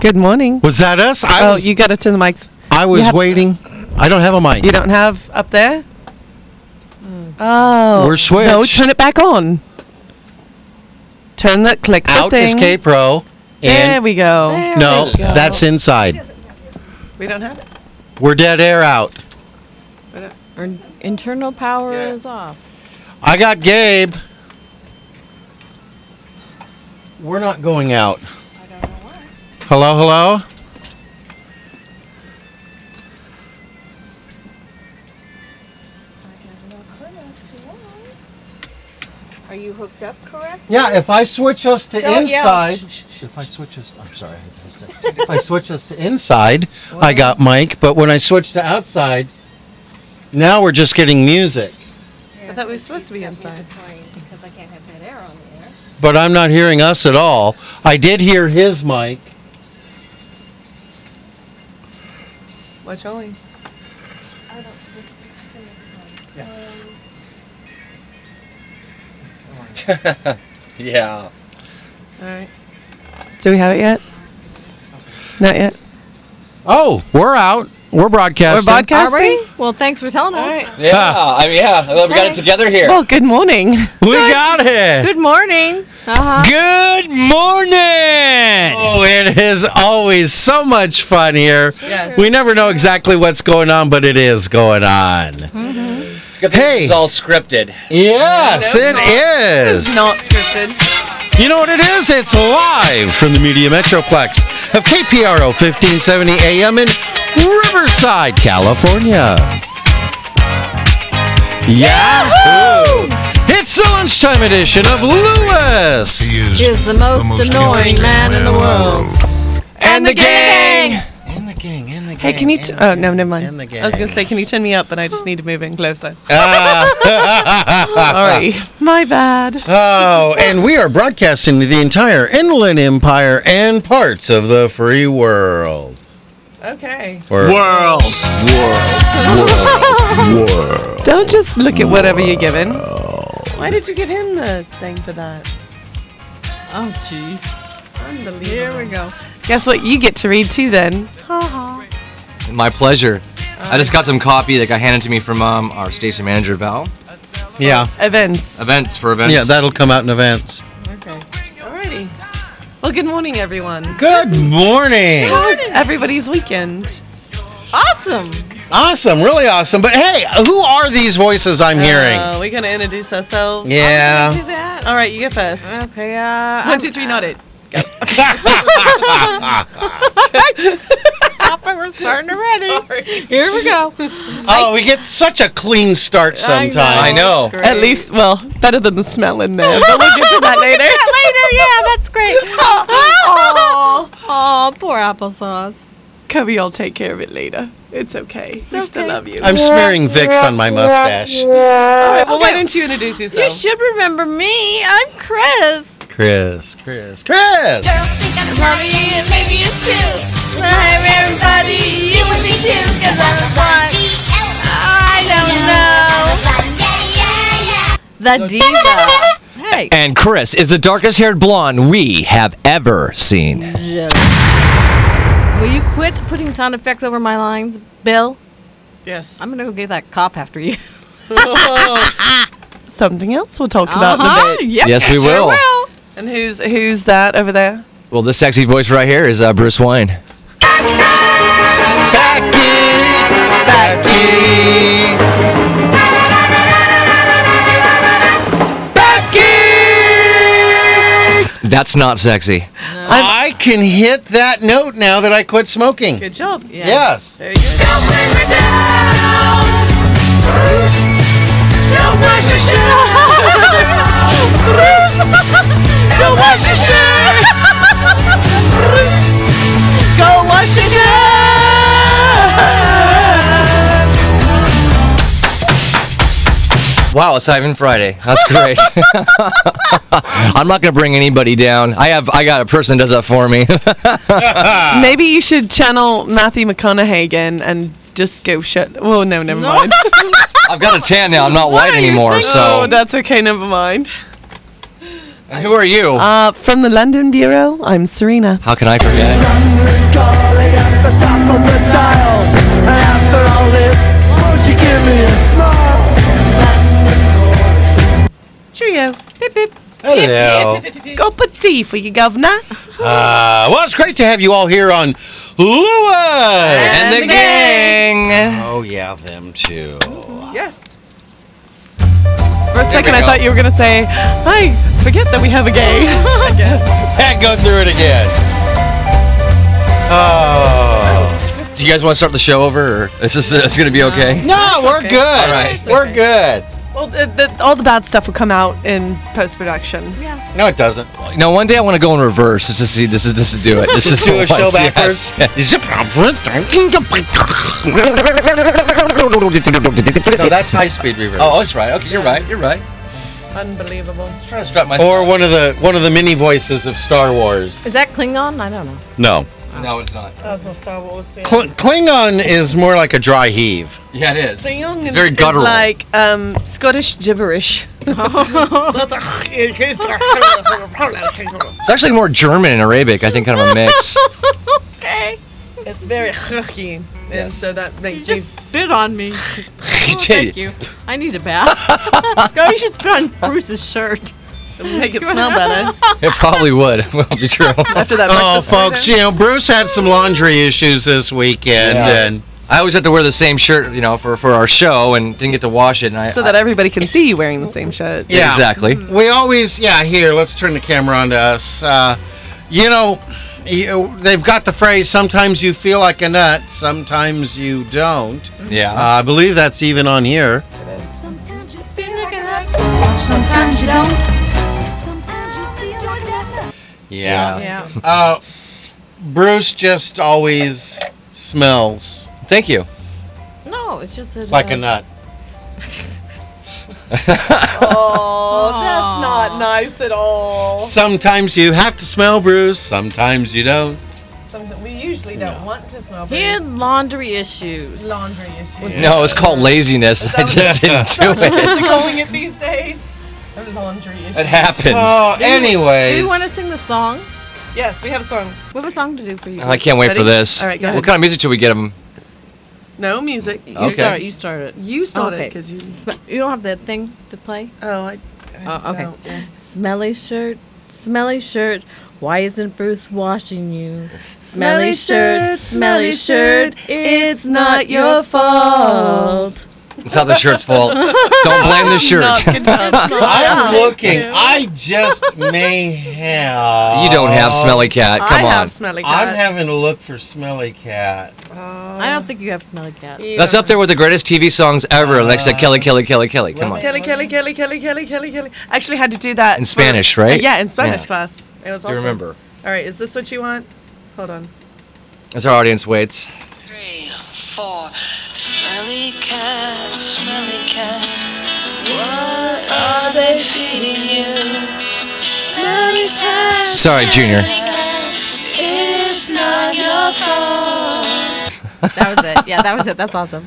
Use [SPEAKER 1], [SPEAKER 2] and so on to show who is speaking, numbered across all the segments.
[SPEAKER 1] Good morning.
[SPEAKER 2] Was that us? I
[SPEAKER 1] oh,
[SPEAKER 2] was,
[SPEAKER 1] you got to turn the mics.
[SPEAKER 2] I was
[SPEAKER 1] you have-
[SPEAKER 2] waiting. I don't have a mic.
[SPEAKER 1] You don't have up there? Oh.
[SPEAKER 2] We're switched.
[SPEAKER 1] No, turn it back on. Turn that, click the
[SPEAKER 2] Out
[SPEAKER 1] thing.
[SPEAKER 2] is K Pro.
[SPEAKER 1] There
[SPEAKER 2] And
[SPEAKER 1] we go.
[SPEAKER 3] There
[SPEAKER 2] no,
[SPEAKER 3] we go.
[SPEAKER 2] that's inside.
[SPEAKER 1] We don't have it.
[SPEAKER 2] We're dead air out.
[SPEAKER 3] Our internal power is off.
[SPEAKER 2] I got Gabe. We're not going out. Hello, hello.
[SPEAKER 4] Are you hooked up correct?
[SPEAKER 2] Yeah, if I switch us to
[SPEAKER 4] Don't yell.
[SPEAKER 2] inside, if I switch us, I'm sorry. if I switch us to inside, I got Mike. But when I switch to outside, now we're just getting music.
[SPEAKER 1] I thought we were supposed to be inside.
[SPEAKER 4] Because I can't have that air on the air.
[SPEAKER 2] but I'm not hearing us at all. I did hear his mic.
[SPEAKER 1] Watch Ollie.
[SPEAKER 5] Yeah.
[SPEAKER 1] All right. Do we have it yet? Not yet.
[SPEAKER 2] Oh, we're out. We're
[SPEAKER 1] We're
[SPEAKER 2] broadcasting.
[SPEAKER 1] broadcasting?
[SPEAKER 3] Well, thanks for telling us.
[SPEAKER 5] Yeah. I mean, yeah. Well, we got it together here.
[SPEAKER 1] Well, good morning.
[SPEAKER 2] we got it.
[SPEAKER 3] Good morning. Uh-huh.
[SPEAKER 5] Good morning.
[SPEAKER 2] Oh, it is always so much fun here. We never know exactly what's going on, but it is going on.
[SPEAKER 5] It's good that
[SPEAKER 2] Hey.
[SPEAKER 5] This is all scripted.
[SPEAKER 2] Yes, it is.
[SPEAKER 1] Not scripted.
[SPEAKER 2] You know what it is? It's live from the Media Metroplex of KPRO 1570 AM in Riverside, California. Yahoo! It's the lunchtime edition of Lewis.
[SPEAKER 6] He is,
[SPEAKER 3] He is the most annoying man in the world.
[SPEAKER 1] And the gang.
[SPEAKER 2] In the gang, in the gang.
[SPEAKER 1] Hey, can you? T- oh no, never mind.
[SPEAKER 2] In the gang.
[SPEAKER 1] I was gonna say, can you turn me up? But I just need to move in closer.
[SPEAKER 2] Ah.
[SPEAKER 1] Sorry, my bad.
[SPEAKER 2] oh, and we are broadcasting to the entire Inland Empire and parts of the free world.
[SPEAKER 1] Okay.
[SPEAKER 2] Or-
[SPEAKER 6] World. World. World.
[SPEAKER 1] Don't just look at whatever you're given. Why did you give him the thing for that?
[SPEAKER 3] Oh, jeez.
[SPEAKER 1] Unbelievable.
[SPEAKER 3] Here we go.
[SPEAKER 1] Guess what? You get to read too then.
[SPEAKER 5] My pleasure. I just got some copy that got handed to me from um, our station manager Val.
[SPEAKER 2] Yeah.
[SPEAKER 1] Events.
[SPEAKER 5] Events for events.
[SPEAKER 2] Yeah, that'll come out in events.
[SPEAKER 3] Okay.
[SPEAKER 1] Alrighty. Well, good morning, everyone.
[SPEAKER 2] Good morning.
[SPEAKER 1] How was everybody's weekend?
[SPEAKER 3] Awesome.
[SPEAKER 2] Awesome, really awesome. But hey, who are these voices I'm hearing?
[SPEAKER 5] Oh.
[SPEAKER 1] Uh, we're gonna introduce ourselves.
[SPEAKER 2] yeah.
[SPEAKER 3] Do that.
[SPEAKER 1] All right, you go first.
[SPEAKER 3] Okay. Uh,
[SPEAKER 1] One, two, three, not it.
[SPEAKER 3] Stop it. We're starting already. Here we go.
[SPEAKER 2] Oh, we get such a clean start sometimes.
[SPEAKER 5] I know.
[SPEAKER 3] Great.
[SPEAKER 1] At least, well, better than the smell in there. But we'll get to that later.
[SPEAKER 3] later. Yeah, that's great.
[SPEAKER 1] Oh,
[SPEAKER 3] Oh, poor applesauce.
[SPEAKER 1] Cubby, I'll take care of it later. It's okay. we still
[SPEAKER 3] okay.
[SPEAKER 1] love you.
[SPEAKER 2] I'm smearing Vicks on my mustache.
[SPEAKER 1] All right, well, why don't you introduce
[SPEAKER 3] You
[SPEAKER 1] yourself?
[SPEAKER 3] should remember me. I'm Chris.
[SPEAKER 2] Chris, Chris, Chris.
[SPEAKER 7] Girls think I'm sorry, and maybe it's true. But I'm everybody, you would be too, cause I'm a blonde. I don't
[SPEAKER 3] The
[SPEAKER 7] know.
[SPEAKER 3] diva. Hey.
[SPEAKER 5] And Chris is the darkest haired blonde we have ever seen.
[SPEAKER 3] Will you quit putting sound effects over my lines, Bill?
[SPEAKER 1] Yes.
[SPEAKER 3] I'm gonna go get that cop after you.
[SPEAKER 1] Something else we'll talk about in a bit.
[SPEAKER 3] Yep,
[SPEAKER 5] Yes, we
[SPEAKER 3] Uh-huh. sure
[SPEAKER 5] will.
[SPEAKER 1] Uh-huh. And who's who's that over there?
[SPEAKER 5] Well, this sexy voice right here is uh, Bruce Wayne.
[SPEAKER 2] Becky, Becky.
[SPEAKER 5] That's not sexy.
[SPEAKER 2] i can hit that note now that I quit smoking.
[SPEAKER 1] Good job.
[SPEAKER 3] Yeah.
[SPEAKER 2] Yes.
[SPEAKER 1] There you go.
[SPEAKER 5] Wow, it's Simon Friday. That's great. I'm not gonna bring anybody down. I have I got a person that does that for me. Uh.
[SPEAKER 1] Maybe you should channel Matthew McConaughey again and just go shut. Oh no, never mind.
[SPEAKER 5] I've got a tan now. I'm not white anymore.
[SPEAKER 1] oh,
[SPEAKER 5] So,
[SPEAKER 1] that's okay. Never mind.
[SPEAKER 5] and who are you?
[SPEAKER 1] Uh, from the London bureau, I'm Serena.
[SPEAKER 5] How can I forget?
[SPEAKER 8] the top of the dial. And after all this, won't you give me a smile?
[SPEAKER 1] Cheerio.
[SPEAKER 3] Beep, beep.
[SPEAKER 2] Hello.
[SPEAKER 1] Cup of tea for you, governor.
[SPEAKER 2] Uh, well, it's great to have you all here on Lewis.
[SPEAKER 5] And the gang.
[SPEAKER 2] Oh yeah, them too.
[SPEAKER 1] Yes. For a second,
[SPEAKER 5] we
[SPEAKER 1] I
[SPEAKER 5] go.
[SPEAKER 1] thought you were going to say, I forget that we have a gay. I guess.
[SPEAKER 2] And go through it again. Oh.
[SPEAKER 5] Do you guys want to start the show over, or is this it's gonna be okay?
[SPEAKER 2] No, we're good.
[SPEAKER 5] All right.
[SPEAKER 2] We're good.
[SPEAKER 1] Well, the, the, all the bad stuff will come out in post production.
[SPEAKER 2] No, it doesn't.
[SPEAKER 5] You know, one day I want to go in reverse. It's just see, this is just to do it. This is
[SPEAKER 2] Do a show
[SPEAKER 5] once, yes,
[SPEAKER 2] backwards.
[SPEAKER 5] yes.
[SPEAKER 2] No, that's high speed reverse.
[SPEAKER 5] Oh, that's right. Okay, you're right. You're right.
[SPEAKER 1] Unbelievable.
[SPEAKER 5] I'm trying to strap my.
[SPEAKER 2] or one of the one of the mini voices of Star Wars.
[SPEAKER 3] Is that Klingon? I don't know.
[SPEAKER 2] no.
[SPEAKER 5] no, it's not.
[SPEAKER 9] That was my Star Wars fan.
[SPEAKER 2] Kl- Klingon is more like a dry heave.
[SPEAKER 5] Yeah, it is.
[SPEAKER 1] It's
[SPEAKER 5] very guttural.
[SPEAKER 1] It's like um, Scottish gibberish.
[SPEAKER 5] It's actually more German and Arabic. I think kind of a mix.
[SPEAKER 3] Okay.
[SPEAKER 1] It's very hooky. And
[SPEAKER 5] Yes.
[SPEAKER 1] so that
[SPEAKER 3] You
[SPEAKER 1] makes you.
[SPEAKER 3] just spit on me. Oh,
[SPEAKER 5] Gee.
[SPEAKER 3] thank you. I need a bath. no, you should spit on Bruce's shirt.
[SPEAKER 1] Make it smell better.
[SPEAKER 5] It probably would. Will be true.
[SPEAKER 1] After that,
[SPEAKER 2] Oh,
[SPEAKER 1] breakfast burrito.
[SPEAKER 2] folks, you know Bruce had some laundry issues this weekend,
[SPEAKER 5] Yeah.
[SPEAKER 2] and
[SPEAKER 5] I always had to wear the same shirt, you know, for, for our show, and didn't get to wash it. And I,
[SPEAKER 1] So that everybody can see you wearing the same shirt.
[SPEAKER 2] Yeah. Mm-hmm.
[SPEAKER 5] exactly.
[SPEAKER 2] we always yeah. Here, let's turn the camera on to us. Uh, you know, you, they've got the phrase: "Sometimes you feel like a nut, sometimes you don't."
[SPEAKER 5] Yeah.
[SPEAKER 2] Uh, I believe that's even on here.
[SPEAKER 10] Sometimes you feel like a nut. Sometimes you don't. Sometimes you feel like that.
[SPEAKER 2] Yeah.
[SPEAKER 3] Yeah.
[SPEAKER 2] Uh, Bruce just always smells
[SPEAKER 5] Thank you.
[SPEAKER 3] No, it's just that,
[SPEAKER 2] like
[SPEAKER 3] uh,
[SPEAKER 2] a nut.
[SPEAKER 1] Oh,
[SPEAKER 3] that's not
[SPEAKER 1] nice at all.
[SPEAKER 2] Sometimes you have to smell Bruce, sometimes you don't.
[SPEAKER 1] we usually don't want to smell
[SPEAKER 3] He had laundry issues.
[SPEAKER 1] issues.
[SPEAKER 5] No, it's called laziness. I just didn't do it.
[SPEAKER 1] calling it these days. Laundry issues.
[SPEAKER 5] It happens.
[SPEAKER 2] Oh,
[SPEAKER 3] Do
[SPEAKER 2] anyways.
[SPEAKER 3] you want to sing the song?
[SPEAKER 1] Yes, we have a song.
[SPEAKER 3] We have a song to do for you.
[SPEAKER 5] Oh, I can't wait for
[SPEAKER 1] Ready?
[SPEAKER 5] this.
[SPEAKER 1] All right, go
[SPEAKER 5] What
[SPEAKER 1] ahead.
[SPEAKER 5] kind of music should we get them?
[SPEAKER 1] No music.
[SPEAKER 3] You
[SPEAKER 5] Okay.
[SPEAKER 3] start. You start it.
[SPEAKER 1] You started
[SPEAKER 3] Okay.
[SPEAKER 1] because you.
[SPEAKER 3] Sm- you don't have that thing to play.
[SPEAKER 1] Oh, I.
[SPEAKER 3] Oh, okay. Smelly shirt, smelly shirt. Why isn't Bruce washing you? Smelly shirt, smelly shirt. It's not your fault.
[SPEAKER 5] It's not the shirt's fault. Don't blame the shirt.
[SPEAKER 1] Not good job.
[SPEAKER 2] I'm looking. I just may have.
[SPEAKER 5] You don't have smelly cat.
[SPEAKER 1] I
[SPEAKER 5] Come on.
[SPEAKER 1] have smelly cat.
[SPEAKER 2] I'm having to look for Smelly Cat.
[SPEAKER 3] I don't think you have smelly cat.
[SPEAKER 5] That's up there with the greatest TV songs ever, next to Kelly, Kelly, Kelly, Kelly. Come on.
[SPEAKER 1] Kelly, Kelly, Kelly, Kelly, Kelly, Kelly, Kelly. I Actually, had to do that
[SPEAKER 5] In
[SPEAKER 1] for- Uh,
[SPEAKER 5] Spanish, right?
[SPEAKER 1] yeah, in Spanish
[SPEAKER 5] Yeah.
[SPEAKER 1] class. It was.
[SPEAKER 5] Do you
[SPEAKER 1] awesome.
[SPEAKER 5] remember?
[SPEAKER 1] All right, is this what you want? Hold on.
[SPEAKER 5] As our audience waits.
[SPEAKER 11] Three, four. Smelly cat, smelly cat. What are they feeding you? Smelly cat,
[SPEAKER 5] Sorry, Junior.
[SPEAKER 11] it's not your fault.
[SPEAKER 3] That was it. Yeah, that was it. That's awesome.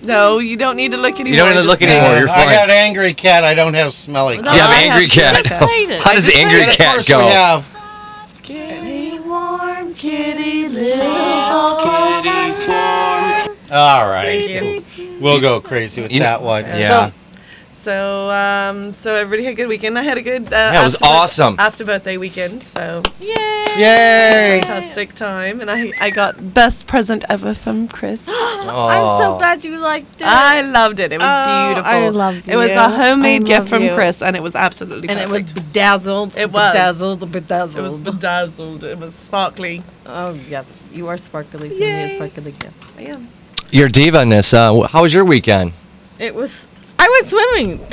[SPEAKER 1] No, you don't need to look anymore.
[SPEAKER 5] You don't need to
[SPEAKER 1] Just-
[SPEAKER 5] look anymore. You're
[SPEAKER 2] I
[SPEAKER 5] fine.
[SPEAKER 2] got Angry Cat. I don't have Smelly Cat.
[SPEAKER 3] No,
[SPEAKER 5] you have
[SPEAKER 1] I have
[SPEAKER 5] angry
[SPEAKER 1] smelly
[SPEAKER 5] cat.
[SPEAKER 1] cat.
[SPEAKER 3] Played it.
[SPEAKER 5] How does angry
[SPEAKER 2] Of
[SPEAKER 5] cat
[SPEAKER 2] course we
[SPEAKER 5] go?
[SPEAKER 2] have. All right. We'll go crazy with
[SPEAKER 5] You-
[SPEAKER 2] that one.
[SPEAKER 5] Yeah.
[SPEAKER 2] So,
[SPEAKER 1] So, um, so everybody had a good weekend. I had a good. Uh,
[SPEAKER 5] it was
[SPEAKER 1] after birth-
[SPEAKER 5] awesome.
[SPEAKER 1] After birthday weekend, so
[SPEAKER 2] yay.
[SPEAKER 1] fantastic time, and I I got best present ever from Chris.
[SPEAKER 3] I'm so
[SPEAKER 5] Aw.
[SPEAKER 3] glad you liked it.
[SPEAKER 1] I loved it. It was
[SPEAKER 3] Oh,
[SPEAKER 1] beautiful.
[SPEAKER 3] I love
[SPEAKER 1] it. It was
[SPEAKER 3] you.
[SPEAKER 1] a homemade
[SPEAKER 3] I
[SPEAKER 1] gift
[SPEAKER 3] love
[SPEAKER 1] from
[SPEAKER 3] you.
[SPEAKER 1] Chris, and it was absolutely
[SPEAKER 3] and it was
[SPEAKER 1] perfect.
[SPEAKER 3] bedazzled.
[SPEAKER 1] It was.
[SPEAKER 3] bedazzled. Bedazzled.
[SPEAKER 1] It was bedazzled. It was sparkly.
[SPEAKER 3] oh yes, you are sparkly. So you need
[SPEAKER 1] Yay.
[SPEAKER 3] a sparkly gift.
[SPEAKER 1] I am.
[SPEAKER 5] Your diva ness. Uh, wh- how was your weekend?
[SPEAKER 3] It was. I went swimming.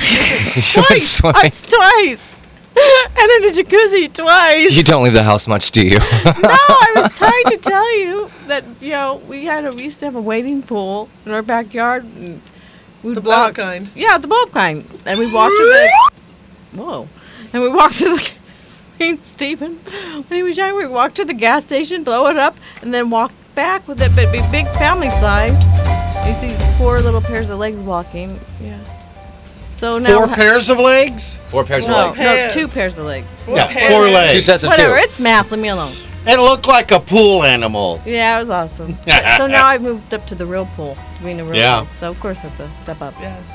[SPEAKER 5] You went
[SPEAKER 3] twice.
[SPEAKER 5] swimming.
[SPEAKER 3] Twice. twice. and in the jacuzzi twice.
[SPEAKER 5] You don't leave the house much, do you?
[SPEAKER 3] no, I was trying to tell you that you know we had a we used to have a wading pool in our backyard. And we'd
[SPEAKER 1] The blow
[SPEAKER 3] walk-
[SPEAKER 1] kind.
[SPEAKER 3] Yeah, the blow kind. And we walked to the. Whoa. And we walked to the. and Stephen, when he was young, we walked to the gas station, blow it up, and then walk back with it, but it'd be big family size. You see four little pairs of legs walking. Yeah. So now.
[SPEAKER 2] Four pairs of legs?
[SPEAKER 5] Four pairs
[SPEAKER 3] No, no,
[SPEAKER 1] legs.
[SPEAKER 3] two pairs of legs.
[SPEAKER 2] Yeah, four
[SPEAKER 5] Two
[SPEAKER 2] legs.
[SPEAKER 5] sets of
[SPEAKER 3] Whatever,
[SPEAKER 5] two.
[SPEAKER 3] it's math. Leave me alone.
[SPEAKER 2] It looked like a pool animal.
[SPEAKER 3] Yeah, it was awesome. But- so now I've moved up to the real pool, doing the real
[SPEAKER 2] Yeah.
[SPEAKER 3] pool. So of course that's a step up.
[SPEAKER 1] Yes.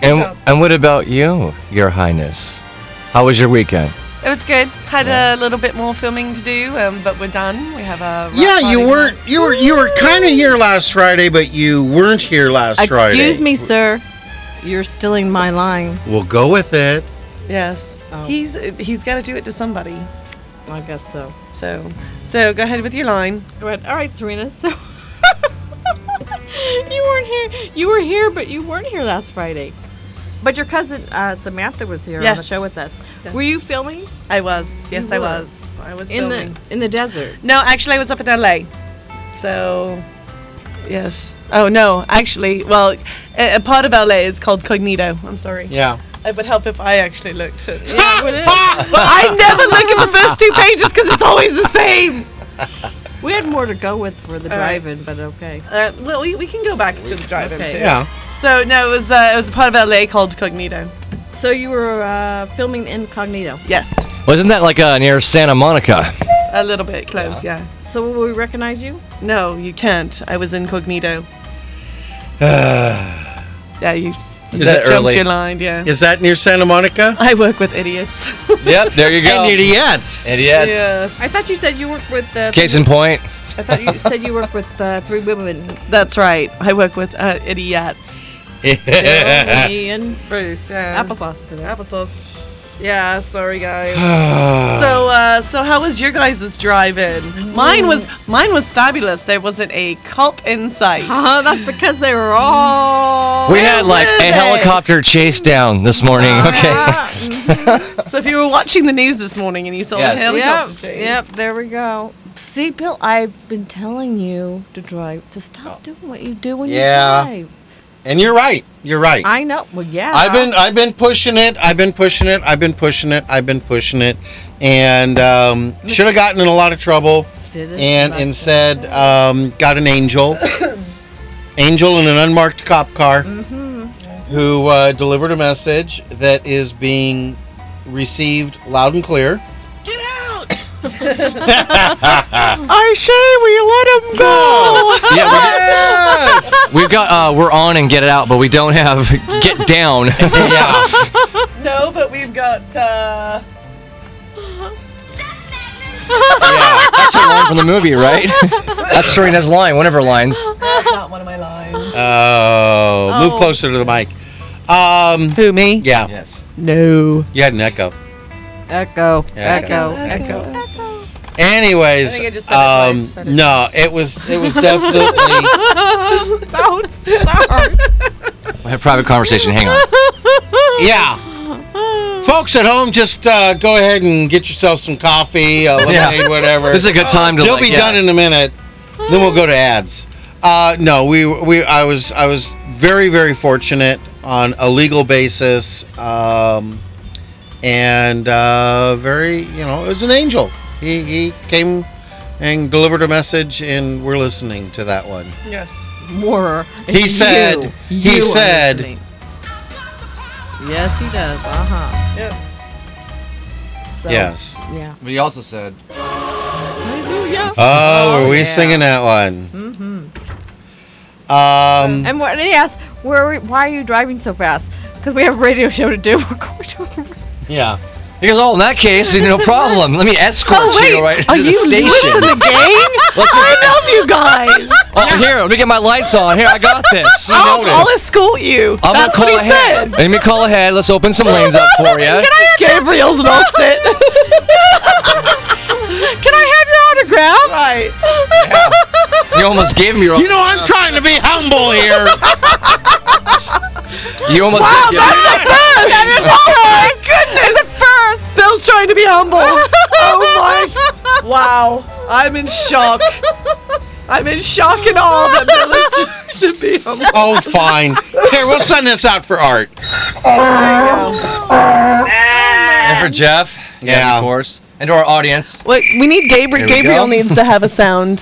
[SPEAKER 5] And, and what about you, Your Highness? How was your weekend?
[SPEAKER 1] It was good. Had a little bit more filming to do, um, but we're done. We have a rock
[SPEAKER 2] Yeah,
[SPEAKER 1] party
[SPEAKER 2] you weren't.
[SPEAKER 1] tonight.
[SPEAKER 2] You were. You were kind of here last Friday, but you weren't here last
[SPEAKER 3] Excuse
[SPEAKER 2] Friday.
[SPEAKER 3] me, sir. You're stealing my line.
[SPEAKER 2] We'll go with it.
[SPEAKER 1] Yes.
[SPEAKER 3] Oh.
[SPEAKER 1] He's he's got to do it to somebody.
[SPEAKER 3] I guess so.
[SPEAKER 1] So so go ahead with your line.
[SPEAKER 3] Go ahead. All right, Serena. So you weren't here. You were here, but you weren't here last Friday. But your cousin uh, Samantha was here on the
[SPEAKER 1] Yes.
[SPEAKER 3] show with us.
[SPEAKER 1] Yes.
[SPEAKER 3] Were you filming
[SPEAKER 1] I was. Yes, I
[SPEAKER 3] were.
[SPEAKER 1] was. I was
[SPEAKER 3] in
[SPEAKER 1] filming.
[SPEAKER 3] the in the desert?
[SPEAKER 1] No, actually, I was up in LA. So, yes. Oh, no, actually, well, a, a part of LA is called Cognito. I'm sorry.
[SPEAKER 2] Yeah.
[SPEAKER 1] It would help if I actually looked at
[SPEAKER 3] Yeah, we did.
[SPEAKER 1] I never look at the first two pages because it's always the same.
[SPEAKER 3] we had more to go with for the
[SPEAKER 1] All right.
[SPEAKER 3] drive-in, but okay.
[SPEAKER 1] Uh, well, we, we can go back to the drive-in
[SPEAKER 3] Okay.
[SPEAKER 1] too.
[SPEAKER 2] Yeah.
[SPEAKER 1] So no, it was uh, it was a part of LA called Cognito.
[SPEAKER 3] So you were uh, filming incognito.
[SPEAKER 1] Yes,
[SPEAKER 5] Wasn't that like uh, near Santa Monica?
[SPEAKER 1] a little bit close. Yeah.
[SPEAKER 3] So will we recognize you?
[SPEAKER 1] No, you can't. I was incognito. yeah, you, s- you
[SPEAKER 5] Is that
[SPEAKER 1] jumped
[SPEAKER 5] early?
[SPEAKER 1] your line. Yeah.
[SPEAKER 2] Is that near Santa Monica?
[SPEAKER 1] I work with idiots.
[SPEAKER 5] Yep, there you go.
[SPEAKER 2] And idiots.
[SPEAKER 5] Idiots.
[SPEAKER 1] Yes.
[SPEAKER 3] I thought you said you worked with. Uh,
[SPEAKER 5] Case in point.
[SPEAKER 3] I thought you said you worked with uh, three women.
[SPEAKER 1] That's right. I work with uh, idiots.
[SPEAKER 3] Bill, me, and
[SPEAKER 1] Bruce. Yeah.
[SPEAKER 3] applesauce for that.
[SPEAKER 1] Applesauce. Yeah. Sorry, guys. so, uh, so how was your guys' drive-in? Mine was mine was fabulous. There wasn't a cop in sight.
[SPEAKER 3] Uh, that's because they were all.
[SPEAKER 5] We had like
[SPEAKER 1] were
[SPEAKER 5] a
[SPEAKER 1] they?
[SPEAKER 5] helicopter chase down this morning.
[SPEAKER 1] Ah.
[SPEAKER 5] Okay.
[SPEAKER 1] So, if you were watching the news this morning and you saw
[SPEAKER 5] Yes.
[SPEAKER 1] a helicopter
[SPEAKER 3] Yep,
[SPEAKER 1] chase,
[SPEAKER 3] yep, there we go. See, Bill, I've been telling you to drive, to stop doing what you do when
[SPEAKER 2] Oh. Yeah.
[SPEAKER 3] you drive.
[SPEAKER 2] And you're right. You're right.
[SPEAKER 3] I know. Well, yeah.
[SPEAKER 2] I've been I've been pushing it. I've been pushing it. I've been pushing it. I've been pushing it, and um, should have gotten in a lot of trouble.
[SPEAKER 3] Did it,
[SPEAKER 2] And
[SPEAKER 3] but-
[SPEAKER 2] instead, um, got an angel, angel in an unmarked cop car,
[SPEAKER 3] Mm-hmm.
[SPEAKER 2] who uh, delivered a message that is being received loud and clear.
[SPEAKER 1] I say we let him go.
[SPEAKER 5] yeah,
[SPEAKER 2] Yes.
[SPEAKER 5] we, we've got uh, we're on and get it out, but we don't have get down.
[SPEAKER 2] yeah.
[SPEAKER 1] no, but we've got. Uh,
[SPEAKER 2] Yeah.
[SPEAKER 5] That's her line from the movie, right? That's Serena's line, one of her lines.
[SPEAKER 1] that's not one of my lines.
[SPEAKER 2] Oh, move closer to the mic. Um,
[SPEAKER 1] Who me?
[SPEAKER 2] yeah,
[SPEAKER 5] Yes.
[SPEAKER 1] No.
[SPEAKER 2] you had an echo.
[SPEAKER 3] Echo. Echo.
[SPEAKER 2] Echo. Anyways,
[SPEAKER 1] I think I just said it
[SPEAKER 2] um,
[SPEAKER 1] twice. I didn't-
[SPEAKER 2] no, it was it was definitely
[SPEAKER 3] Don't start.
[SPEAKER 5] We had a private conversation. Hang on.
[SPEAKER 2] yeah. Folks at home, just uh, go ahead and get yourself some coffee, uh,
[SPEAKER 5] Yeah.
[SPEAKER 2] lemonade, whatever.
[SPEAKER 5] This is a good time to.
[SPEAKER 2] You'll
[SPEAKER 5] like,
[SPEAKER 2] be
[SPEAKER 5] yeah.
[SPEAKER 2] done in a minute. Then we'll go to ads. Uh, no, we we I was I was very very fortunate on a legal basis, um, and uh, very you know it was an angel. He he came and delivered a message, and we're listening to that one.
[SPEAKER 1] Yes.
[SPEAKER 3] More.
[SPEAKER 2] He said he said
[SPEAKER 3] Yes, he does. Uh huh.
[SPEAKER 1] Yes.
[SPEAKER 3] So,
[SPEAKER 2] yes.
[SPEAKER 3] Yeah.
[SPEAKER 5] But he also said.
[SPEAKER 3] Hallelujah.
[SPEAKER 2] Oh, were we
[SPEAKER 3] yeah.
[SPEAKER 2] singing that one?
[SPEAKER 3] Mhm.
[SPEAKER 2] Um,
[SPEAKER 3] And what, and he asked, "Where? Are we, why are you driving so fast? Because we have a radio show to do. We're going to
[SPEAKER 2] yeah.
[SPEAKER 5] He goes, oh, in that case, no problem. Let me escort
[SPEAKER 3] Oh,
[SPEAKER 5] you right to the station.
[SPEAKER 1] the game?
[SPEAKER 5] Let's
[SPEAKER 1] I
[SPEAKER 5] just-
[SPEAKER 1] love you guys.
[SPEAKER 5] oh, here, let me get my lights on. Here, I got this.
[SPEAKER 1] I'll, I'll escort you.
[SPEAKER 5] I'm
[SPEAKER 1] Oh, That's
[SPEAKER 5] gonna call
[SPEAKER 1] what he
[SPEAKER 5] ahead.
[SPEAKER 1] said.
[SPEAKER 5] Let me call ahead. Let's open some lanes up for you.
[SPEAKER 1] Gabriel's lost it. Can I have your autograph? Right.
[SPEAKER 5] You almost gave me your.
[SPEAKER 2] You know I'm trying to be humble here.
[SPEAKER 5] You almost.
[SPEAKER 1] Wow,
[SPEAKER 5] gave-
[SPEAKER 1] Oh, that's the first. That is oh my goodness. The first. Bill's trying to be humble. oh my. Wow. I'm in shock. I'm in shock and awe that Bill is trying to be humble.
[SPEAKER 2] oh, fine. Here, we'll send this out for art.
[SPEAKER 5] and for Jeff. Yes,
[SPEAKER 2] Yeah.
[SPEAKER 5] of course. And to our audience.
[SPEAKER 1] Wait, we need Gabriel.
[SPEAKER 5] There we
[SPEAKER 1] Gabriel
[SPEAKER 5] go.
[SPEAKER 1] needs to have a sound.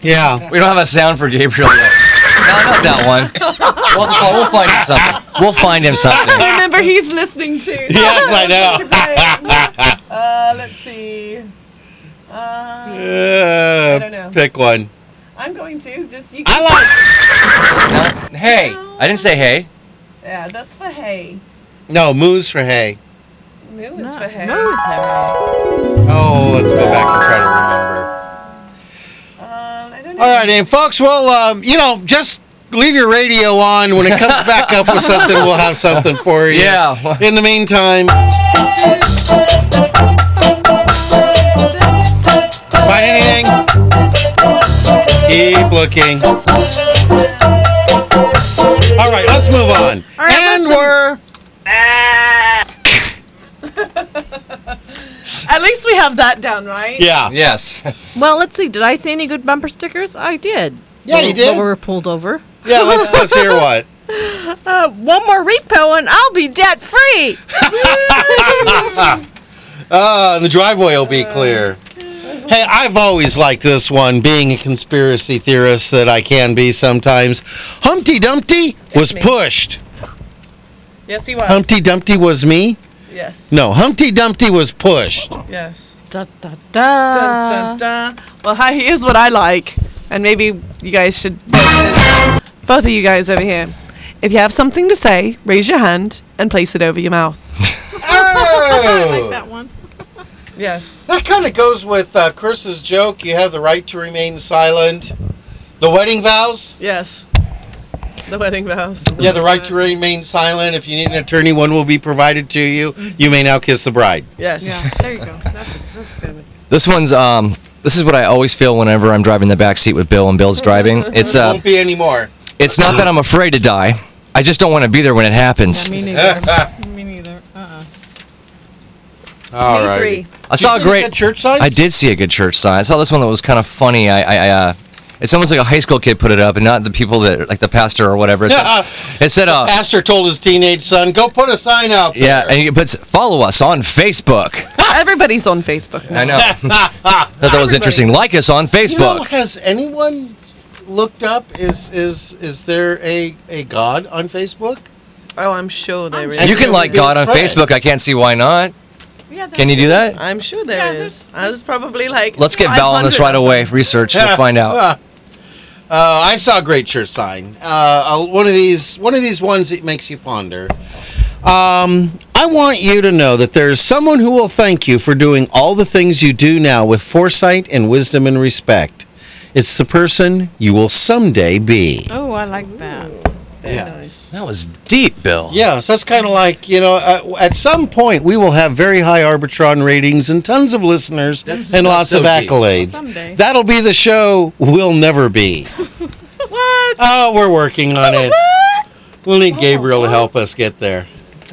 [SPEAKER 2] Yeah.
[SPEAKER 5] We don't have a sound for Gabriel yet. no, not that one. We'll, oh, we'll find him something. We'll find him something.
[SPEAKER 1] Remember, he's listening to.
[SPEAKER 2] Yes, I know.
[SPEAKER 1] Uh, let's see. Uh,
[SPEAKER 2] Uh,
[SPEAKER 1] don't know.
[SPEAKER 2] Pick one.
[SPEAKER 1] I'm going to just you.
[SPEAKER 2] I like.
[SPEAKER 5] No, hey, I didn't say hey.
[SPEAKER 1] Yeah, that's for hay.
[SPEAKER 2] No, moose for hay.
[SPEAKER 1] Moo is
[SPEAKER 3] No,
[SPEAKER 1] for hay.
[SPEAKER 3] no, it's never.
[SPEAKER 2] Oh, let's go back and try to remember.
[SPEAKER 1] Um, I don't know.
[SPEAKER 2] All right, and folks, well, um, you know, just leave your radio on. When it comes back up with something, we'll have something for you.
[SPEAKER 5] Yeah.
[SPEAKER 2] In the meantime, find anything? Keep looking. All right, let's move on.
[SPEAKER 3] right,
[SPEAKER 2] and
[SPEAKER 3] let's-
[SPEAKER 2] we're
[SPEAKER 1] At least we have that down, right?
[SPEAKER 2] yeah,
[SPEAKER 5] Yes.
[SPEAKER 3] Well, let's see. Did I see any good bumper stickers? I did.
[SPEAKER 2] Yeah, you
[SPEAKER 3] But-
[SPEAKER 2] did.
[SPEAKER 3] But we were pulled over.
[SPEAKER 2] yeah. Let's let's hear what.
[SPEAKER 3] Uh, one more repo and I'll be debt free.
[SPEAKER 2] Ah, the driveway will be clear. Hey, I've always liked this one, being a conspiracy theorist that I can be sometimes. Humpty Dumpty was pushed.
[SPEAKER 1] Yes, he was.
[SPEAKER 2] Humpty Dumpty was me?
[SPEAKER 1] Yes.
[SPEAKER 2] No, Humpty Dumpty was pushed.
[SPEAKER 1] Yes.
[SPEAKER 3] Da, da, da. Uh.
[SPEAKER 1] Dun, dun, dun. Well, hi, here's what I like, and maybe you guys should. Both of you guys over here. If you have something to say, raise your hand and place it over your mouth.
[SPEAKER 2] Oh,
[SPEAKER 3] one.
[SPEAKER 1] Yes.
[SPEAKER 2] that kind of goes with uh, Chris's joke. You have the right to remain silent. The wedding vows?
[SPEAKER 1] Yes. The wedding vows.
[SPEAKER 2] Yeah, the right to remain silent. If you need an attorney, one will be provided to you. You may now kiss the bride.
[SPEAKER 1] Yes.
[SPEAKER 3] There you go. That's, that's good.
[SPEAKER 5] This one's um. This is what I always feel whenever I'm driving the back seat with Bill and Bill's driving. It's uh,
[SPEAKER 2] Won't be any more.
[SPEAKER 5] it's not that I'm afraid to die. I just don't want to be there when it happens.
[SPEAKER 3] Me neither. Me neither. Uh-uh.
[SPEAKER 2] All right.
[SPEAKER 5] I saw a great
[SPEAKER 2] church signs.
[SPEAKER 5] I did see a good church sign. I saw this one that was kind of funny. I, I, I uh, it's almost like a high school kid put it up, and not the people that, like the pastor or whatever. It said, it said uh,
[SPEAKER 2] Pastor told his teenage son, "Go put a sign out." There.
[SPEAKER 5] yeah, and it puts follow us on Facebook.
[SPEAKER 1] Everybody's on Facebook now.
[SPEAKER 5] I know. Thought that was interesting. Like us on
[SPEAKER 2] You know,
[SPEAKER 5] Facebook.
[SPEAKER 2] has anyone looked up? Is is is there a a God on Facebook?
[SPEAKER 1] Oh, I'm sure they
[SPEAKER 2] sure.
[SPEAKER 1] really.
[SPEAKER 5] You can like
[SPEAKER 2] Be his
[SPEAKER 5] God on
[SPEAKER 2] friend.
[SPEAKER 5] Facebook. I can't see why not.
[SPEAKER 3] Yeah, that's
[SPEAKER 5] Can you do that?
[SPEAKER 1] I'm sure there
[SPEAKER 3] Yeah,
[SPEAKER 1] is. I was probably like.
[SPEAKER 5] Let's get Val on this
[SPEAKER 1] 500.
[SPEAKER 5] right away. Research. We'll find out.
[SPEAKER 2] Uh, I saw a great church sign. Uh, a- one of these, one of these ones that makes you ponder. Um, I want you to know that there's someone who will thank you for doing all the things you do now with foresight and wisdom and respect. It's the person you will someday be.
[SPEAKER 3] Oh, I like that.
[SPEAKER 5] That was deep, Bill.
[SPEAKER 2] Yes, that's kind of like you know. Uh, at some point, we will have very high Arbitron ratings and tons of listeners and
[SPEAKER 5] not
[SPEAKER 2] lots
[SPEAKER 5] so
[SPEAKER 2] of
[SPEAKER 5] deep.
[SPEAKER 2] accolades.
[SPEAKER 3] Someday.
[SPEAKER 2] That'll be the show we'll never be.
[SPEAKER 1] What?
[SPEAKER 2] Oh, we're working on it. We'll need Gabriel to help us get there.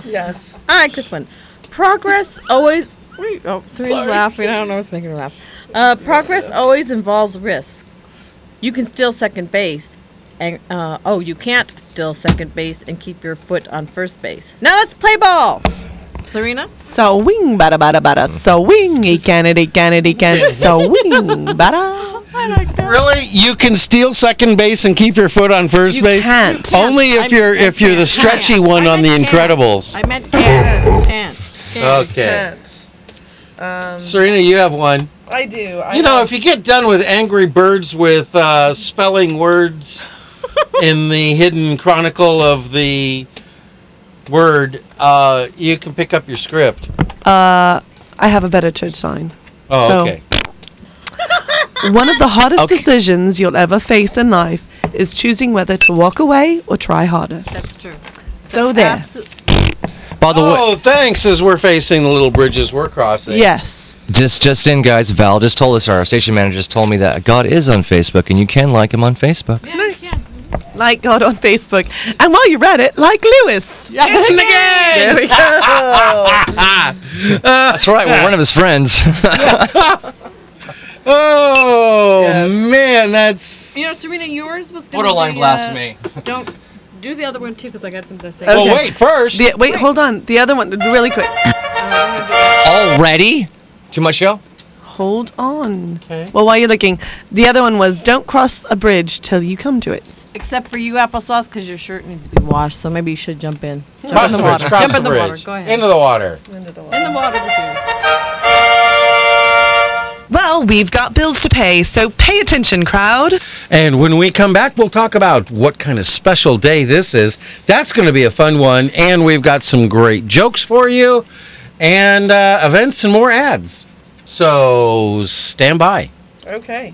[SPEAKER 1] Yes.
[SPEAKER 3] I like this one. Progress always. wait, Oh, Serena's laughing. I don't know what's making her laugh. Uh, progress always involves risk. You can still second base, and uh, oh, you can't still second base and keep your foot on first base. Now let's play ball. Serena.
[SPEAKER 1] So wing, bada bada
[SPEAKER 5] Mm.
[SPEAKER 1] bada. So wing, he can it, he can it, he can. So wing, bada.
[SPEAKER 3] I like that.
[SPEAKER 2] Really, you can steal second base and keep your foot on first
[SPEAKER 1] You
[SPEAKER 2] base.
[SPEAKER 1] can't.
[SPEAKER 2] Only if you're if you're the stretchy one on the Incredibles.
[SPEAKER 3] I meant can't. can't.
[SPEAKER 2] Uh,
[SPEAKER 3] Can't.
[SPEAKER 2] Okay,
[SPEAKER 1] Um,
[SPEAKER 2] Serena, you have one.
[SPEAKER 1] I do. I
[SPEAKER 2] You know, if you get done with Angry Birds with uh, spelling words in the hidden chronicle of the word, uh, you can pick up your script.
[SPEAKER 1] Uh, I have a better church sign.
[SPEAKER 2] Oh,
[SPEAKER 1] So-
[SPEAKER 2] okay.
[SPEAKER 1] One of the hardest decisions you'll ever face in life is choosing whether to walk away or try harder.
[SPEAKER 3] That's true.
[SPEAKER 1] So there.
[SPEAKER 3] Absol-
[SPEAKER 5] By the way,
[SPEAKER 2] Oh, thanks. As we're facing the little bridges we're crossing.
[SPEAKER 1] Yes.
[SPEAKER 5] just just in, guys. Val just told us. Our station manager just told me that God is on Facebook, and you can like him on Facebook.
[SPEAKER 1] Nice. Like God on Facebook. And while you read it, like Lewis.
[SPEAKER 2] Yeah.
[SPEAKER 1] There we go.
[SPEAKER 5] That's right. We're one of his friends.
[SPEAKER 2] Oh
[SPEAKER 1] Yes.
[SPEAKER 2] man, that's
[SPEAKER 3] You know, Serena, yours was. gonna
[SPEAKER 5] Borderline
[SPEAKER 3] be, uh,
[SPEAKER 5] blasphemy.
[SPEAKER 3] Don't do the other one too, because I got something to say.
[SPEAKER 2] Oh
[SPEAKER 1] Okay.
[SPEAKER 2] wait, first.
[SPEAKER 1] The- wait, hold on. The other one, really quick.
[SPEAKER 5] Already? Too much show?
[SPEAKER 1] Hold on. Okay. Well, while you're looking, the other one was don't cross a bridge till you come to it.
[SPEAKER 3] Except for you, applesauce, because your shirt needs to be washed. So maybe you should jump in. Jump
[SPEAKER 2] Cross the
[SPEAKER 3] in the
[SPEAKER 2] bridge.
[SPEAKER 3] water.
[SPEAKER 2] Cross
[SPEAKER 3] jump
[SPEAKER 2] the
[SPEAKER 3] in the water.
[SPEAKER 2] bridge.
[SPEAKER 3] Go ahead.
[SPEAKER 2] Into the water.
[SPEAKER 3] in the water with you.
[SPEAKER 1] Well, we've got bills to pay, so pay attention, crowd.
[SPEAKER 2] And when we come back, we'll talk about what kind of special day this is. That's going to be a fun one. And we've got some great jokes for you, and uh, events, and more ads. So stand by.
[SPEAKER 12] Okay.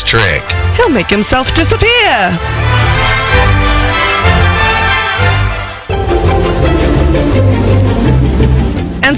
[SPEAKER 2] trick.
[SPEAKER 1] He'll make himself disappear. And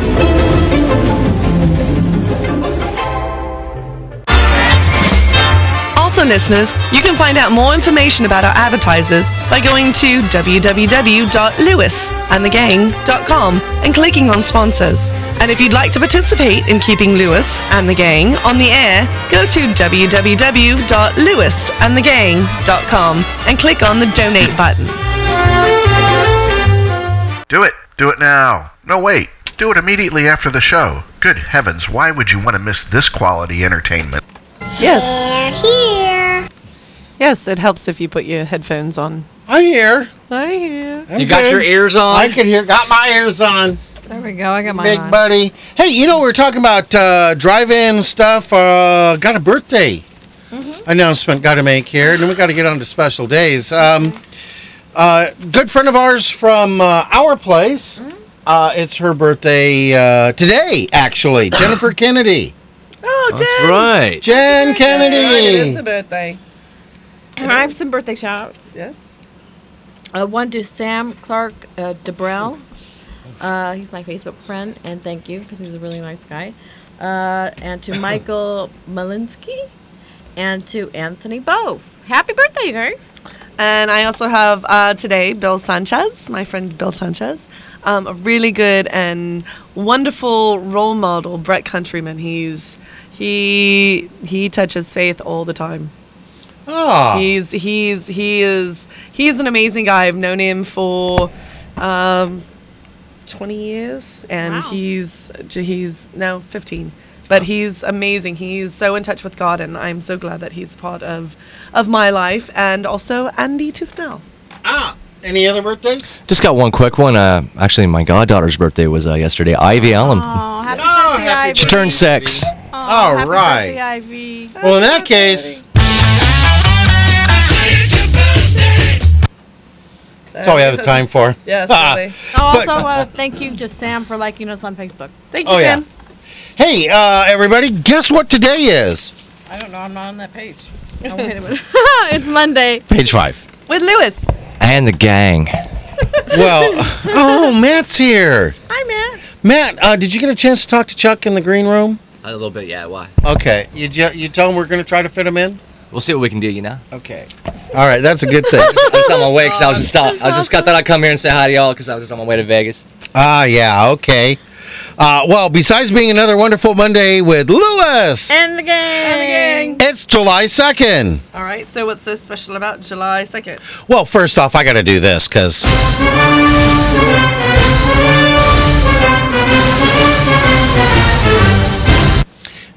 [SPEAKER 1] Also, listeners, you can find out more information about our advertisers by going to www.lewisandthegang.com and clicking on sponsors. And if you'd like to participate in keeping Lewis and the Gang on the air, go to www.lewisandthegang.com and click on the donate button.
[SPEAKER 13] Do it. Do it now. No, wait. Do it immediately after the show. Good heavens, why would you want to miss this quality entertainment?
[SPEAKER 3] Yes.
[SPEAKER 14] Here.
[SPEAKER 3] Yes, it helps if you put your headphones on.
[SPEAKER 2] I'm here.
[SPEAKER 3] I hear.
[SPEAKER 2] I'm
[SPEAKER 5] You got
[SPEAKER 2] good.
[SPEAKER 5] your ears on?
[SPEAKER 2] I can hear. Got my ears on.
[SPEAKER 3] There we go. I got my
[SPEAKER 2] Big buddy. Hey, you know we were talking about uh, drive-in stuff. Uh, got a birthday Mm-hmm. announcement got to make here, and then we got to get on to special days. Um, uh, good friend of ours from uh, our place. Uh, it's her birthday uh, today, actually. Jennifer Kennedy.
[SPEAKER 12] Oh, Jen.
[SPEAKER 5] Right.
[SPEAKER 2] Jen
[SPEAKER 12] It is
[SPEAKER 2] Kennedy.
[SPEAKER 12] a birthday.
[SPEAKER 3] And I have some birthday shout outs.
[SPEAKER 12] Yes.
[SPEAKER 3] Uh, one to Sam Clark uh, DeBrell. Uh, he's my Facebook friend, and thank you because he's a really nice guy. Uh, and to Michael Malinsky, and to Anthony Bove. Happy birthday, you guys!
[SPEAKER 1] And I also have uh, today Bill Sanchez, my friend Bill Sanchez, um, a really good and wonderful role model, Brett Countryman. He's he he touches faith all the time.
[SPEAKER 2] Oh,
[SPEAKER 1] He's he's he is he's an amazing guy. I've known him for um, 20 years, and
[SPEAKER 3] Wow.
[SPEAKER 1] he's he's no 15. But he's amazing. He's so in touch with God, and I'm so glad that he's part of of my life, and also Andy Tufnell.
[SPEAKER 2] ah. Any other birthdays?
[SPEAKER 5] Just got one quick one. Uh, actually, my goddaughter's birthday was uh, yesterday. Ivy Allen.
[SPEAKER 3] Oh, happy
[SPEAKER 2] Oh,
[SPEAKER 3] birthday,
[SPEAKER 2] happy
[SPEAKER 3] Ivy!
[SPEAKER 5] She turned six.
[SPEAKER 3] Oh,
[SPEAKER 2] All
[SPEAKER 3] happy
[SPEAKER 2] right.
[SPEAKER 3] birthday, Ivy.
[SPEAKER 2] Well, in that case, that's all we have the time for.
[SPEAKER 1] Yes,
[SPEAKER 2] Ah.
[SPEAKER 1] really.
[SPEAKER 3] Oh, also, uh, thank you to Sam for liking us on Facebook.
[SPEAKER 1] Thank you,
[SPEAKER 2] Oh, yeah.
[SPEAKER 1] Sam.
[SPEAKER 2] Hey, uh, everybody, guess what today is?
[SPEAKER 12] I don't know. I'm not on that page.
[SPEAKER 3] Oh, wait a minute. it's Monday.
[SPEAKER 2] Page five.
[SPEAKER 1] With Lewis.
[SPEAKER 5] And the gang.
[SPEAKER 2] Well, oh, Matt's here.
[SPEAKER 3] Hi, man.
[SPEAKER 2] Matt, uh, did you get a chance to talk to Chuck in the green room?
[SPEAKER 5] A little bit, yeah. Why?
[SPEAKER 2] Okay, you ju- you tell him we're going to try to fit him in.
[SPEAKER 5] We'll see what we can do, you know?
[SPEAKER 2] Okay. All right, that's a good thing.
[SPEAKER 15] I'm just on my way because I was just on, I was just got that I'd come here and say hi to y'all because I was just on my way to Vegas.
[SPEAKER 2] Ah, yeah, okay. Uh, well, besides being another wonderful Monday with Lewis,
[SPEAKER 3] And the gang. And the gang.
[SPEAKER 2] it's July 2nd.
[SPEAKER 16] All right, so what's so special about July 2nd?
[SPEAKER 2] Well, first off, I got to do this because.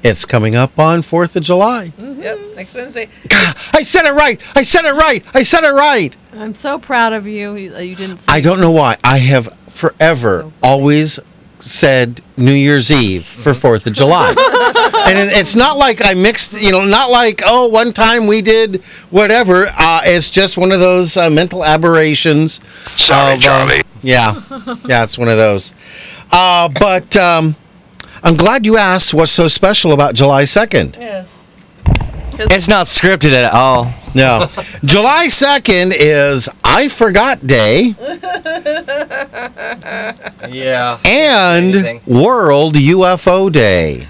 [SPEAKER 2] It's coming up on 4th of July.
[SPEAKER 16] Mm-hmm. Yep, next Wednesday.
[SPEAKER 2] I said it right. I said it right. I said it right.
[SPEAKER 3] I'm so proud of you. You uh, you didn't.
[SPEAKER 2] I don't know why. I have forever always said New Year's Eve for 4th of July. and it, it's not like I mixed, you know, not like, oh, one time we did whatever. Uh, it's just one of those uh, mental aberrations. Sorry, Charlie. yeah. Yeah, it's one of those. Uh, but um, I'm glad you asked what's so special about July 2nd.
[SPEAKER 16] Yes.
[SPEAKER 5] It's not scripted at all.
[SPEAKER 2] No. July 2nd is I Forgot Day.
[SPEAKER 15] Yeah.
[SPEAKER 2] and World UFO Day. You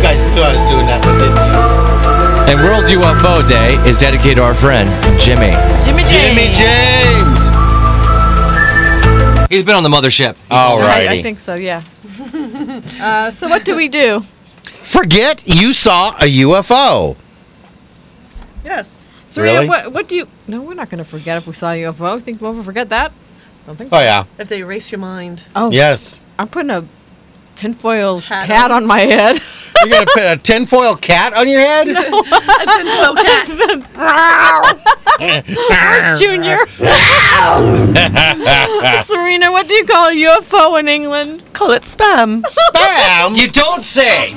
[SPEAKER 2] guys knew I was doing that, but didn't you?
[SPEAKER 5] And World UFO Day is dedicated to our friend, Jimmy.
[SPEAKER 3] Jimmy James.
[SPEAKER 2] Jimmy James.
[SPEAKER 5] He's been on the mothership.
[SPEAKER 2] All
[SPEAKER 3] I, I think so. Yeah. uh, so what do we do?
[SPEAKER 2] Forget you saw a UFO.
[SPEAKER 16] Yes.
[SPEAKER 3] Serena,
[SPEAKER 2] Really?
[SPEAKER 3] what, what do you? No, we're not going to forget if we saw a UFO. Think we'll ever forget that? Don't think.
[SPEAKER 2] Oh, yeah.
[SPEAKER 16] If they erase your mind.
[SPEAKER 3] Oh.
[SPEAKER 2] Yes.
[SPEAKER 3] I'm putting a tinfoil cat, on my head.
[SPEAKER 2] You're going to put a tinfoil cat on your head?
[SPEAKER 16] tinfoil
[SPEAKER 3] cat. Junior. Serena, what do you call a UFO in England? Call it spam.
[SPEAKER 2] Spam?
[SPEAKER 5] you don't say.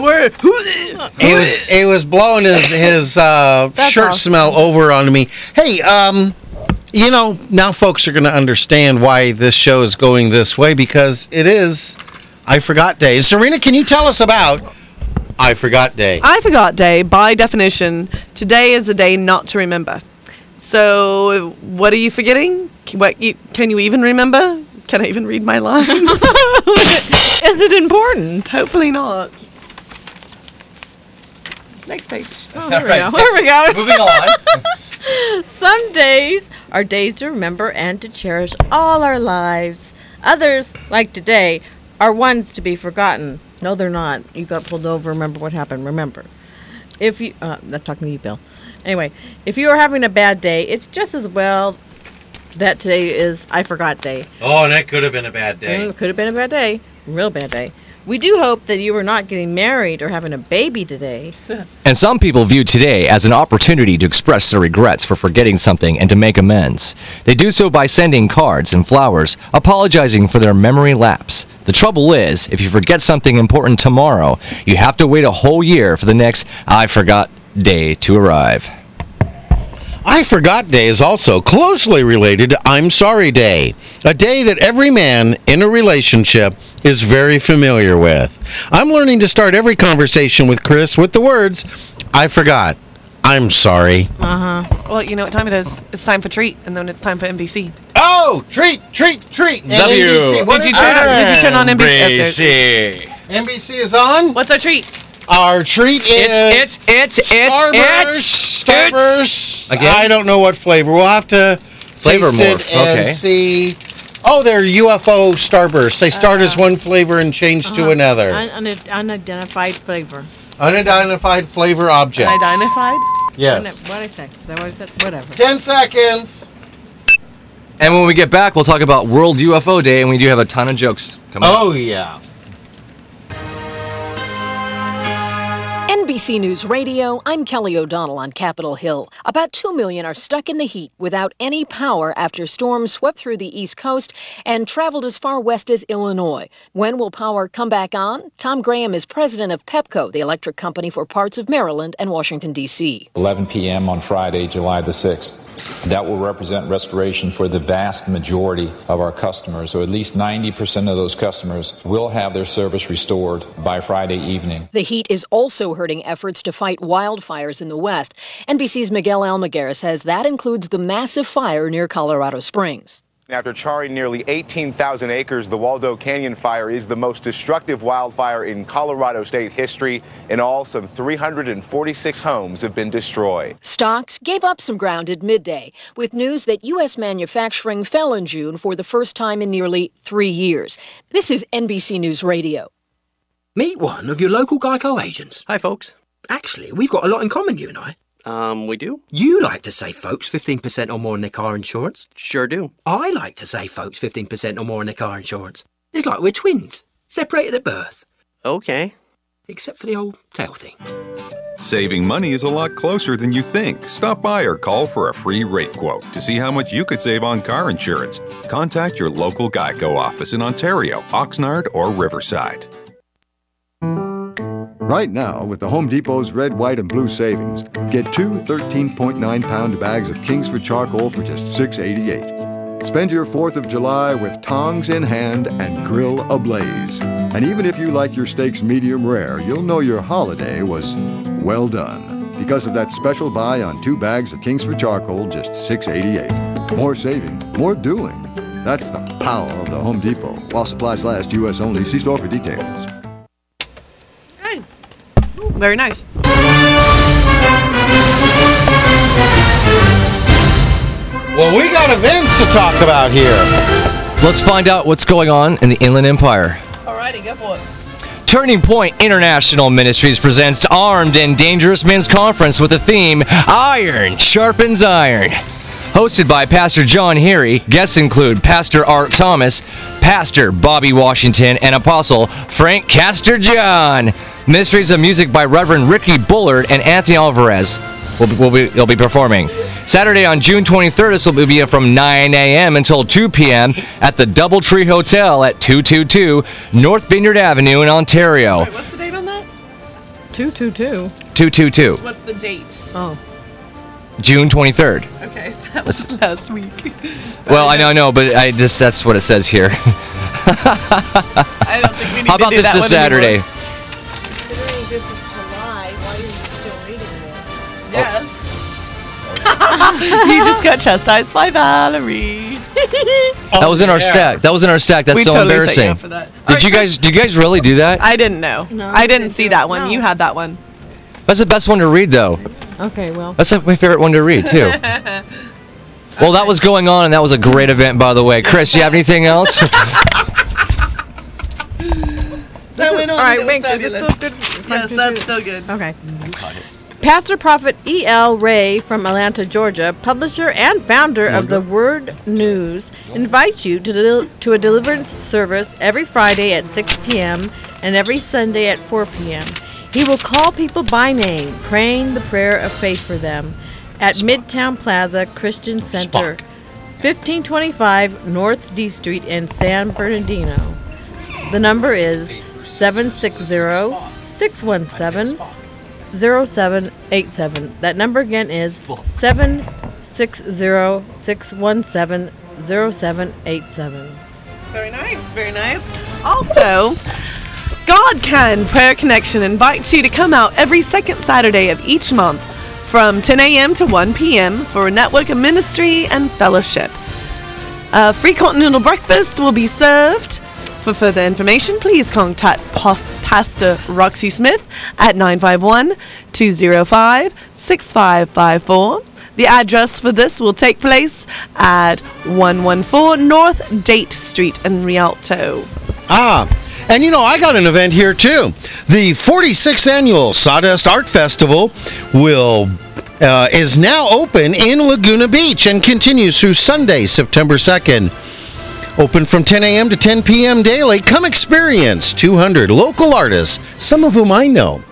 [SPEAKER 16] Word.
[SPEAKER 2] He was he was blowing his his uh,
[SPEAKER 16] That's
[SPEAKER 2] shirt
[SPEAKER 16] awesome.
[SPEAKER 2] smell over onto me. Hey, um, you know now folks are going to understand why this show is going this way because it is I Forgot Day. Serena, can you tell us about I Forgot Day?
[SPEAKER 1] I forgot day, by definition, today is a day not to remember. So, what are you forgetting? C- What you, can you even remember? Can I even read my lines? is
[SPEAKER 3] it important?
[SPEAKER 1] Hopefully not. Next page.
[SPEAKER 3] Oh, here we go. Here we go. Moving on. Some days are days to remember and to cherish all our lives. Others, like today, are ones to be forgotten. No, they're not. You got pulled over. Remember what happened. Remember. If you, uh, I'm talking to you, Bill. Anyway, if you are having a bad day, it's just as well that today is I Forgot Day.
[SPEAKER 2] Oh, and that could have been a bad
[SPEAKER 3] Mm, could have been a bad day. Real bad day. We do hope that you are not getting married or having a baby today.
[SPEAKER 5] And some people view today as an opportunity to express their regrets for forgetting something and to make amends. They do so by sending cards and flowers, apologizing for their memory lapse. The trouble is, if you forget something important tomorrow, you have to wait a whole year for the next I forgot day to arrive.
[SPEAKER 2] I Forgot Day is also closely related to I'm Sorry Day, a day that every man in a relationship is very familiar with. I'm learning to start every conversation with Chris with the words, I forgot, I'm sorry.
[SPEAKER 3] Uh
[SPEAKER 1] huh. Well, you know what time it is. It's time for treat, and then it's time for NBC.
[SPEAKER 2] Oh, treat, treat, treat.
[SPEAKER 1] W. NBC, what Did you is turn on- did you turn on NBC?
[SPEAKER 2] NBC. NBC is on.
[SPEAKER 1] What's our treat?
[SPEAKER 2] Our treat is
[SPEAKER 1] It's-
[SPEAKER 5] it's it's
[SPEAKER 2] Starburst. Starburst.
[SPEAKER 5] Again?
[SPEAKER 2] I don't know what flavor. We'll have to
[SPEAKER 5] Flavor
[SPEAKER 2] taste it
[SPEAKER 5] morph,
[SPEAKER 2] and
[SPEAKER 5] okay.
[SPEAKER 2] see. Oh, they're UFO Starburst. They start
[SPEAKER 3] Uh-huh.
[SPEAKER 2] as one flavor and change to another.
[SPEAKER 3] Un- un- unidentified flavor.
[SPEAKER 2] Unidentified flavor objects.
[SPEAKER 3] Unidentified?
[SPEAKER 2] Yes.
[SPEAKER 3] What I say? Is that what I said? Whatever.
[SPEAKER 2] Ten seconds.
[SPEAKER 5] And when we get back, we'll talk about World UFO Day, and we do have a ton of jokes coming up.
[SPEAKER 2] Oh, yeah.
[SPEAKER 17] NBC NBC News Radio, I'm Kelly O'Donnell on Capitol Hill. About 2 million are stuck in the heat without any power after storms swept through the East Coast and traveled as far west as Illinois. When will power come back on? Tom Graham is president of PEPCO, the electric company for parts of Maryland and Washington, D.C.
[SPEAKER 18] 11 p.m. on Friday, July the 6th. That will represent restoration for the vast majority of our customers. So, at least 90% of those customers will have their service restored by Friday evening.
[SPEAKER 17] The heat is also hurting efforts to fight wildfires in the West. NBC's Miguel Almaguer says that includes the massive fire near Colorado Springs.
[SPEAKER 19] After charring nearly 18,000 acres, the Waldo Canyon fire is the most destructive wildfire in Colorado state history. In all, some 346 homes have been destroyed.
[SPEAKER 17] Stocks gave up some ground at midday, with news that U.S. manufacturing fell in June for the first time in nearly three years. This is NBC News Radio.
[SPEAKER 20] Meet one of your local Geico agents.
[SPEAKER 21] Hi, folks.
[SPEAKER 20] Actually, we've got a lot in common, you and I.
[SPEAKER 21] Um, we do?
[SPEAKER 20] You like to save folks 15% or more on their car insurance.
[SPEAKER 21] Sure do.
[SPEAKER 20] I like to save folks 15% or more on their car insurance. It's like we're twins, separated at birth.
[SPEAKER 21] Okay.
[SPEAKER 20] Except for the old tail thing.
[SPEAKER 4] Saving money is a lot closer than you think. Stop by or call for a free rate quote to see how much you could save on car insurance. Contact your local Geico office in Ontario, Oxnard, or Riverside.
[SPEAKER 13] Right now, with the Home Depot's red, white, and blue savings, get two 13.9 pound bags of Kingsford charcoal for just $6.88. Spend your 4th of July with tongs in hand and grill ablaze. And even if you like your steaks medium rare, you'll know your holiday was well done because of that special buy on two bags of Kingsford charcoal, just $6.88. More saving, more doing. That's the power of the Home Depot. While supplies last, U.S. only. See store for details.
[SPEAKER 1] Very nice.
[SPEAKER 2] Well, we got events to talk about here.
[SPEAKER 5] Let's find out what's going on in the Inland Empire.
[SPEAKER 1] Alrighty, go for it.
[SPEAKER 5] Turning Point International Ministries presents Armed and Dangerous Men's Conference with the theme Iron Sharpens Iron. Hosted by Pastor John Harry, guests include Pastor Art Thomas, Pastor Bobby Washington, and Apostle Frank Castor John. Ministries of music by Reverend Ricky Bullard and Anthony Alvarez will be, will be, will be performing. Saturday on June 23rd, this will be from 9 a.m. until 2 p.m. at the Doubletree Hotel at 222 North Vineyard Avenue in Ontario.
[SPEAKER 1] What's the date on that?
[SPEAKER 3] 222.
[SPEAKER 5] 222,
[SPEAKER 1] What's the date?
[SPEAKER 3] Oh.
[SPEAKER 5] June 23rd.
[SPEAKER 1] Okay, that was last week.
[SPEAKER 5] Well, I know, I know, but I just that's what it says here.
[SPEAKER 1] I don't think we need
[SPEAKER 5] How about
[SPEAKER 1] to do
[SPEAKER 5] this
[SPEAKER 1] that
[SPEAKER 5] this
[SPEAKER 1] one anymore.
[SPEAKER 5] Saturday?
[SPEAKER 22] Considering this is July, why are you still reading this?
[SPEAKER 1] you just got chastised by Valerie.
[SPEAKER 5] that was in our stack. That was in our stack. That's
[SPEAKER 1] We
[SPEAKER 5] so
[SPEAKER 1] totally set you
[SPEAKER 5] embarrassing.
[SPEAKER 1] up for that.
[SPEAKER 5] Did you guys? Did you guys really do that?
[SPEAKER 1] I didn't know. I didn't see that one. You had that one.
[SPEAKER 5] That's the best one to read, though.
[SPEAKER 3] Okay, well.
[SPEAKER 5] That's like my favorite one to read too. Well, that was going on, and that was a great event, by the way. Chris, you have anything else?
[SPEAKER 1] That
[SPEAKER 3] went
[SPEAKER 1] All
[SPEAKER 3] on.
[SPEAKER 1] right,
[SPEAKER 3] That was
[SPEAKER 1] wink. This is so good.
[SPEAKER 3] fabulous.
[SPEAKER 1] Yes, that's still good.
[SPEAKER 3] Okay. Pastor Prophet E.L. Ray from Atlanta, Georgia, publisher and founder of the Word News, invites you to, del- to a deliverance service every Friday at 6 p.m. and every Sunday at 4 p.m. He will call people by name, praying the prayer of faith for them at Midtown Plaza Christian Center, 1525 North D Street in San Bernardino. The number is 760 617 0787. That number again is 760 617 0787.
[SPEAKER 1] Very nice. Very nice. Also, God Can Prayer Connection invites you to come out every second Saturday of each month from 10 a.m. to 1 p.m. for a network of ministry and fellowship. A free continental breakfast will be served. For further information, please contact Pos- Pastor Roxy Smith at 951 205 6554. The address for this will take place at 114 North Date Street in Rialto.
[SPEAKER 2] Ah, and you know, I got an event here too. The 46th annual Sawdust Art Festival will uh, is now open in Laguna Beach and continues through Sunday, September 2nd. Open from 10 a.m. to 10 p.m. daily. Come experience 200 local artists, some of whom I know.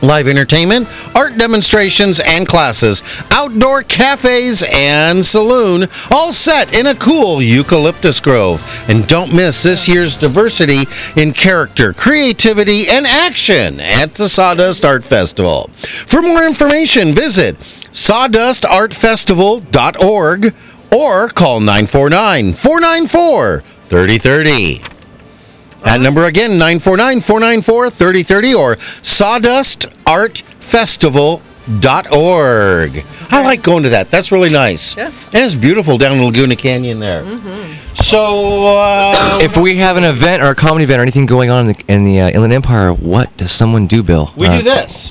[SPEAKER 2] live entertainment, art demonstrations and classes, outdoor cafes and saloon, all set in a cool eucalyptus grove. And don't miss this year's diversity in character, creativity, and action at the Sawdust Art Festival. For more information, visit sawdustartfestival.org or call 949 494 3030. That number again, 949 494 3030 or sawdustartfestival.org. I like going to that. That's really nice. Yes. And it's beautiful down in Laguna Canyon there. So, uh,
[SPEAKER 5] If we have an event or a comedy event or anything going on in the, in the uh, Inland Empire, what does someone do, Bill?
[SPEAKER 2] we
[SPEAKER 5] Uh,
[SPEAKER 2] do this.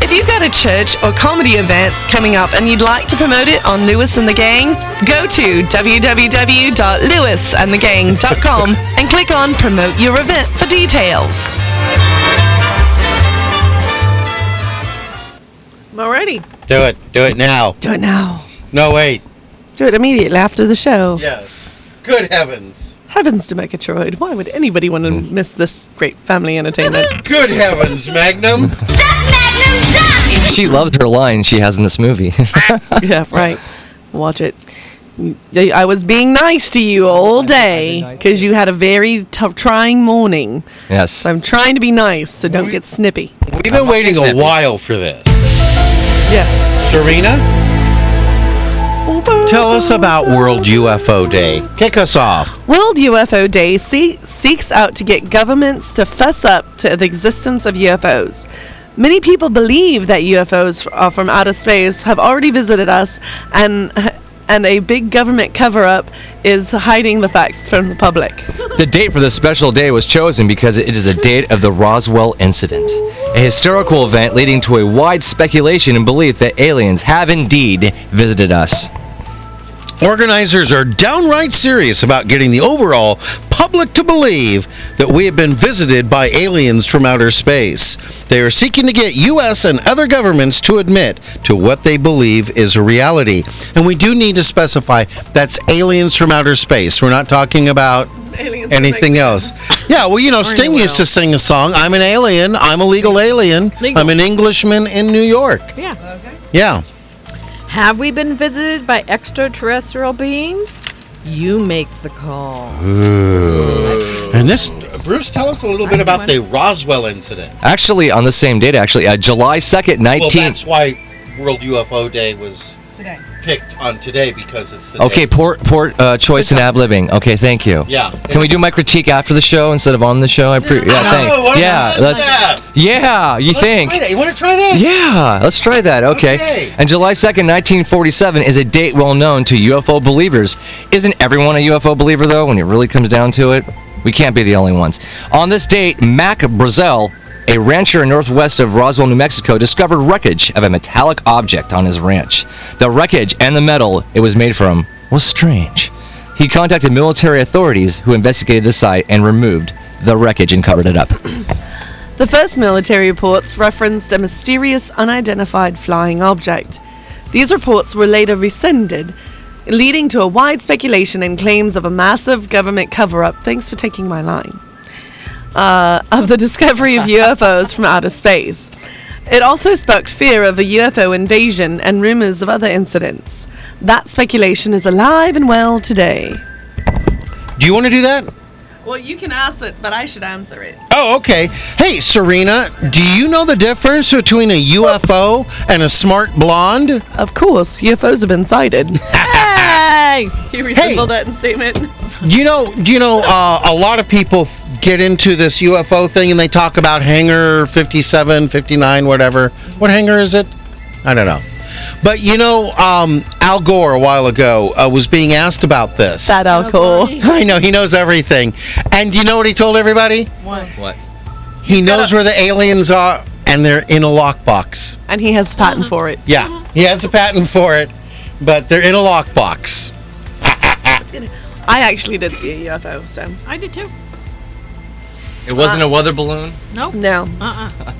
[SPEAKER 23] If you've got a church or comedy event coming up and you'd like to promote it on Lewis and the Gang, go to www.lewisandthegang.com and click on Promote Your Event for details.
[SPEAKER 1] Alrighty.
[SPEAKER 2] Do it. Do it now. Do
[SPEAKER 23] it now.
[SPEAKER 2] No, wait.
[SPEAKER 1] Do it immediately after the show.
[SPEAKER 2] Yes. Good heavens.
[SPEAKER 1] Heavens to Megatroid. Why would anybody want to miss this great family entertainment?
[SPEAKER 2] Good heavens, Magnum.
[SPEAKER 5] She loves her line she has in this movie.
[SPEAKER 1] yeah, right. Watch it. Y- I was being nice to you all day because you had a very tough, trying morning.
[SPEAKER 5] yes.
[SPEAKER 1] So I'm trying to be nice, so don't get snippy.
[SPEAKER 2] We've been waiting a while for this.
[SPEAKER 1] Yes.
[SPEAKER 2] Serena? Tell us about World UFO Day. Kick us off.
[SPEAKER 1] World UFO Day se- seeks out to get governments to fess up to the existence of UFOs. Many people believe that UFOs f- are from outer space have already visited us, and and a big government cover-up is hiding the facts from the public.
[SPEAKER 5] The date for this special day was chosen because it is the date of the Roswell incident, a historical event leading to a wide speculation and belief that aliens have indeed visited us.
[SPEAKER 2] Organizers are downright serious about getting the overall public to believe that we have been visited by aliens from outer space. They are seeking to get U.S. and other governments to admit to what they believe is a reality. And we do need to specify that's aliens from outer space. We're not talking about anything else. Yeah, well, you know, Sting used to sing a song I'm an alien, I'm a legal alien,
[SPEAKER 3] Legal.
[SPEAKER 2] I'm an Englishman in New York.
[SPEAKER 3] Yeah.
[SPEAKER 2] Yeah.
[SPEAKER 3] Have we been visited by extraterrestrial beings? You make the call.
[SPEAKER 2] And this, Bruce, tell us a little bit about the Roswell incident.
[SPEAKER 5] Actually, on the same date, actually, uh, July 2nd, 19th.
[SPEAKER 2] Well, that's why World UFO Day was picked on today because it's the
[SPEAKER 5] Okay,
[SPEAKER 2] day-
[SPEAKER 5] poor, poor uh, choice and ad libbing. Okay, thank you.
[SPEAKER 2] Yeah,
[SPEAKER 5] Can we do my critique after the show instead of on the show? I pre- yeah,
[SPEAKER 2] No,
[SPEAKER 5] thanks.
[SPEAKER 2] I wanna
[SPEAKER 5] yeah,
[SPEAKER 2] do that.
[SPEAKER 5] Yeah, you
[SPEAKER 2] Let's
[SPEAKER 5] think?
[SPEAKER 2] try that. You want to try that?
[SPEAKER 5] Yeah, let's try that. Okay.
[SPEAKER 2] Okay.
[SPEAKER 5] And July 2nd, 1947 is a date well known to UFO believers. Isn't everyone a UFO believer, though, when it really comes down to it? We can't be the only ones. On this date, Mac Brazel, a rancher northwest of Roswell, New Mexico, discovered wreckage of a metallic object on his ranch. The wreckage and the metal it was made from was strange. He contacted military authorities who investigated the site and removed the wreckage and covered it up.
[SPEAKER 1] The first military reports referenced a mysterious unidentified flying object. These reports were later rescinded, leading to a wide speculation and claims of a massive government cover up. Thanks for taking my line. Uh, of the discovery of UFOs from outer space. It also sparked fear of a UFO invasion and rumors of other incidents. That speculation is alive and well today.
[SPEAKER 2] Do you want to do that?
[SPEAKER 1] Well, you can ask it, but I should answer it.
[SPEAKER 2] Oh, okay. Hey, Serena, do you know the difference between a UFO and a smart blonde?
[SPEAKER 1] Of course, UFOs have been sighted.
[SPEAKER 3] Hey! You
[SPEAKER 2] resemble
[SPEAKER 1] that statement.
[SPEAKER 2] Do you know? Do you know? Uh, a lot of people f- get into this UFO thing and they talk about Hangar 57, 59, whatever. What hangar is it? I don't know. But you know, um, Al Gore a while ago uh, was being asked about this.
[SPEAKER 1] That Al Gore.
[SPEAKER 2] I know he knows everything. And do you know what he told everybody?
[SPEAKER 1] What?
[SPEAKER 5] What?
[SPEAKER 2] He knows where the aliens are, and they're in a lockbox.
[SPEAKER 1] And he has the patent for it.
[SPEAKER 2] Yeah, he has a patent for it, but they're in a lockbox.
[SPEAKER 1] I actually did see a UFO, so.
[SPEAKER 3] I did too.
[SPEAKER 5] It wasn't
[SPEAKER 24] Uh,
[SPEAKER 5] a weather balloon?
[SPEAKER 3] Nope.
[SPEAKER 1] No.
[SPEAKER 3] Uh-uh.
[SPEAKER 1] Oh.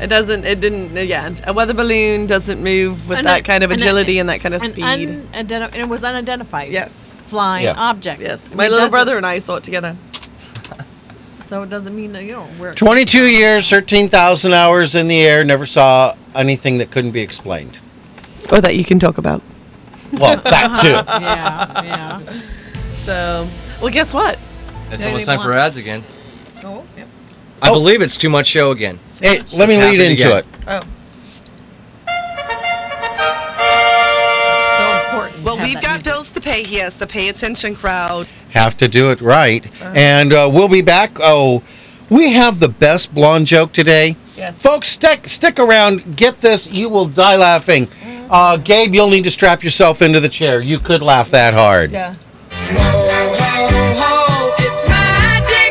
[SPEAKER 1] It doesn't, it didn't, uh, yeah. A weather balloon doesn't move with
[SPEAKER 3] An
[SPEAKER 1] that
[SPEAKER 3] un-
[SPEAKER 1] kind of
[SPEAKER 3] an-
[SPEAKER 1] agility and that kind of
[SPEAKER 3] an
[SPEAKER 1] speed.
[SPEAKER 3] unidenti- it was unidentified.
[SPEAKER 1] Yes.
[SPEAKER 3] Flying
[SPEAKER 1] Yeah.
[SPEAKER 3] object.
[SPEAKER 1] Yes.
[SPEAKER 3] I
[SPEAKER 1] My
[SPEAKER 3] mean,
[SPEAKER 1] little
[SPEAKER 3] that's
[SPEAKER 1] brother and I saw it together.
[SPEAKER 3] a- so it doesn't mean that you don't work.
[SPEAKER 25] 22 years, 13,000 hours in the air, never saw anything that couldn't be explained.
[SPEAKER 1] Or Oh, that you can talk about.
[SPEAKER 25] Well, that too.
[SPEAKER 3] yeah, yeah.
[SPEAKER 26] So, well, guess what?
[SPEAKER 24] It's almost time for ads again.
[SPEAKER 3] Oh, yep.
[SPEAKER 24] I believe it's too much show again.
[SPEAKER 25] Hey, let me lead into it.
[SPEAKER 3] Oh.
[SPEAKER 1] Well, we've got bills to pay. Yes, the pay attention crowd.
[SPEAKER 25] Have to do it right. And uh, we'll be back. Oh, we have the best blonde joke today.
[SPEAKER 3] Yes.
[SPEAKER 25] Folks, stick, stick around. Get this. You will die laughing. Uh, Gabe, you'll need to strap yourself into the chair. You could laugh that hard.
[SPEAKER 3] Yeah.
[SPEAKER 7] it's magic.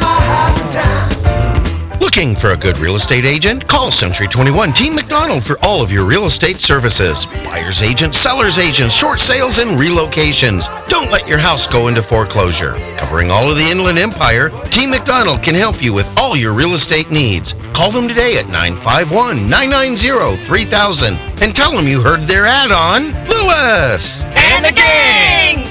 [SPEAKER 7] my house in town.
[SPEAKER 2] Looking for a good real estate agent? Call Century 21 Team McDonald for all of your real estate services. Buyer's agent, seller's agent, short sales, and relocations. Don't let your house go into foreclosure. Covering all of the Inland Empire, Team McDonald can help you with all your real estate needs. Call them today at 951 990 3000 and tell them you heard their ad on Lewis.
[SPEAKER 7] And the gang!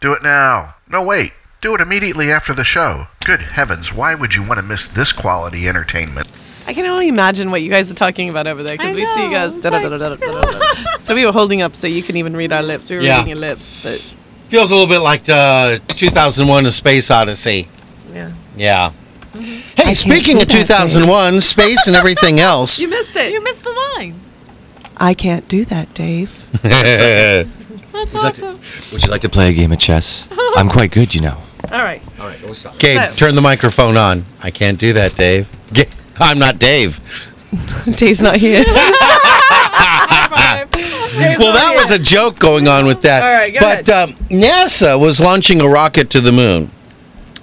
[SPEAKER 13] Do it now. No, wait. Do it immediately after the show. Good heavens, why would you want to miss this quality entertainment?
[SPEAKER 26] I can only imagine what you guys are talking about over there because we see you guys. da-da-da-da-da-da-da. so we were holding up so you can even read our lips. We were
[SPEAKER 25] Yeah.
[SPEAKER 26] reading your lips, but
[SPEAKER 25] Feels a little bit like uh, 2001 A Space Odyssey.
[SPEAKER 26] yeah. Mm-hmm.
[SPEAKER 25] Yeah. Hey, speaking
[SPEAKER 26] do
[SPEAKER 25] of
[SPEAKER 26] that, babe.
[SPEAKER 25] 2001, space and everything else.
[SPEAKER 26] You missed it.
[SPEAKER 3] You missed the line.
[SPEAKER 1] I can't do that, Dave.
[SPEAKER 3] That's
[SPEAKER 24] Would you like to-
[SPEAKER 3] awesome.
[SPEAKER 24] Would you like to play a game of chess? I'm quite good, you know.
[SPEAKER 26] All right.
[SPEAKER 24] All right, we'll stop.
[SPEAKER 25] Gabe, turn the microphone on. I can't do that, Dave. Ga- I'm not Dave.
[SPEAKER 1] Dave's not here.
[SPEAKER 25] well, that was a joke going on with that.
[SPEAKER 26] Oh, All right, go
[SPEAKER 25] but um, NASA was launching a rocket to the moon.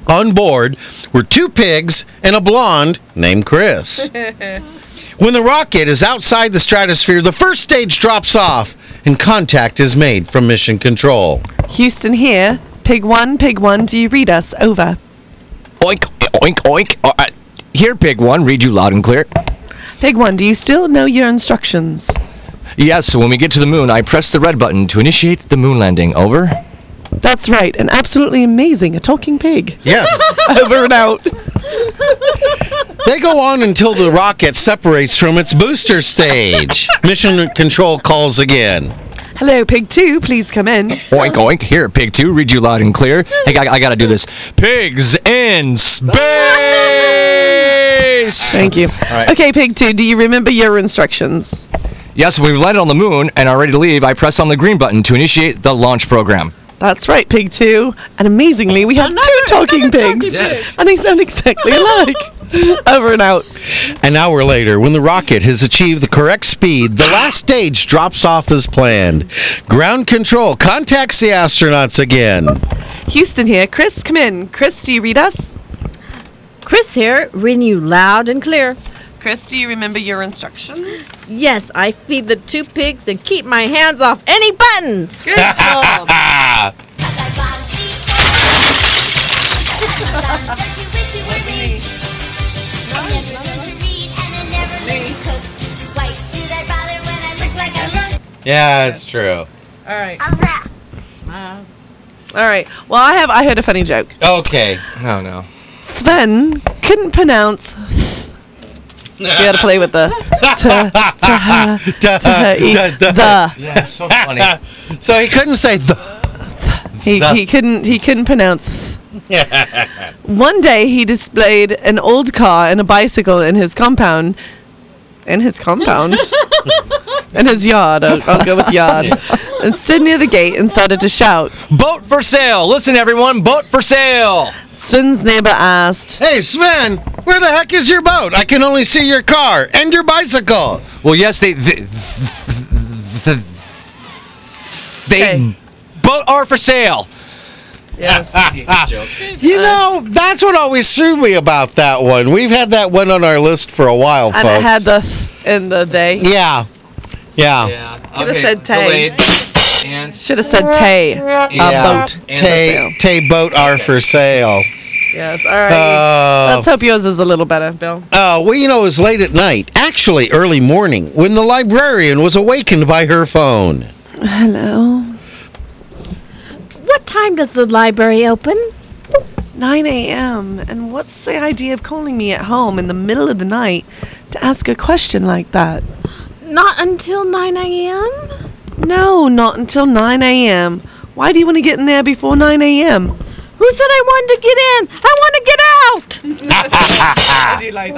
[SPEAKER 25] On board were two pigs and a blonde named Chris. when the rocket is outside the stratosphere, the first stage drops off and contact is made from mission control.
[SPEAKER 1] Houston here. Pig one, pig one, do you read us? Over.
[SPEAKER 5] Oink, oink, oink. Uh, uh, here, pig one, read you loud and clear.
[SPEAKER 1] Pig one, do you still know your instructions?
[SPEAKER 24] Yes, so when we get to the moon, I press the red button to initiate the moon landing. Over.
[SPEAKER 1] That's right, and absolutely amazing. A talking pig.
[SPEAKER 25] Yes.
[SPEAKER 1] Over and out.
[SPEAKER 25] They go on until the rocket separates from its booster stage. Mission control calls again.
[SPEAKER 1] Hello, pig two, please come in.
[SPEAKER 24] Oink,
[SPEAKER 2] Oh.
[SPEAKER 24] oink. Here, pig two, read you loud and clear. Hey, I, I gotta do this. Pigs in space!
[SPEAKER 5] guys.
[SPEAKER 1] Thank you.
[SPEAKER 5] All right.
[SPEAKER 1] Okay, Pig 2, do you remember your instructions?
[SPEAKER 5] Yes, when we landed on the moon and are ready to leave, I press on the green button to initiate the launch program.
[SPEAKER 1] That's right, Pig 2. And amazingly, we have two talking pigs.
[SPEAKER 5] Yes.
[SPEAKER 1] And they sound exactly alike. Over and out.
[SPEAKER 2] An hour later, when the rocket has achieved the correct speed, the last stage drops off as planned. Ground control contacts the astronauts again.
[SPEAKER 1] Houston here. Chris, come in. Chris, do you read us?
[SPEAKER 3] Chris here, reading you loud and clear.
[SPEAKER 1] Chris, do you remember your instructions?
[SPEAKER 3] Yes, I feed the two pigs and keep my hands off any buttons. Good job.
[SPEAKER 2] Yeah, it's true.
[SPEAKER 1] All right. All right. Well, I have. I heard a funny joke.
[SPEAKER 2] Okay.
[SPEAKER 5] No, Oh, no.
[SPEAKER 1] Sven couldn't pronounce. You gotta play with the. Ta, ta, ha, ta, ha, e, the.
[SPEAKER 2] Yeah, it's so funny. so he couldn't say the.
[SPEAKER 1] He,
[SPEAKER 2] The.
[SPEAKER 1] he couldn't he couldn't pronounce.
[SPEAKER 2] Yeah.
[SPEAKER 1] One day he displayed an old car and a bicycle in his compound, in his compound, in his yard. I'll, I'll go with yard. And stood near the gate and started to shout,
[SPEAKER 5] "Boat for sale! Listen, everyone, boat for sale!"
[SPEAKER 1] Sven's neighbor asked,
[SPEAKER 2] Hey, Sven, where the heck is your boat? I can only see your car and your bicycle.
[SPEAKER 5] Well, yes, they they, they boat are for sale.
[SPEAKER 1] Yes.
[SPEAKER 2] You know, that's what always threw me about that one. We've had that one on our list for a while,
[SPEAKER 1] and
[SPEAKER 2] folks.
[SPEAKER 1] it had the th in the they.
[SPEAKER 2] yeah. Yeah.
[SPEAKER 1] Could have said Tay. Should have said Tay. A boat.
[SPEAKER 2] Tay, Tay boat are for sale.
[SPEAKER 1] Yes. All right.
[SPEAKER 2] Oh.
[SPEAKER 1] Let's hope yours is a little better, Bill.
[SPEAKER 2] Oh, well, you know, it was late at night, actually early morning, when the librarian was awakened by her phone.
[SPEAKER 1] Hello.
[SPEAKER 3] What time does the library open?
[SPEAKER 1] 9 a.m. And what's the idea of calling me at home in the middle of the night to ask a question like that?
[SPEAKER 3] Not until 9 a.m.
[SPEAKER 1] No, not until 9 a.m. Why do you want to get in there before 9 a.m.?
[SPEAKER 3] Who said I wanted to get in? I want to get out.
[SPEAKER 1] I
[SPEAKER 3] do like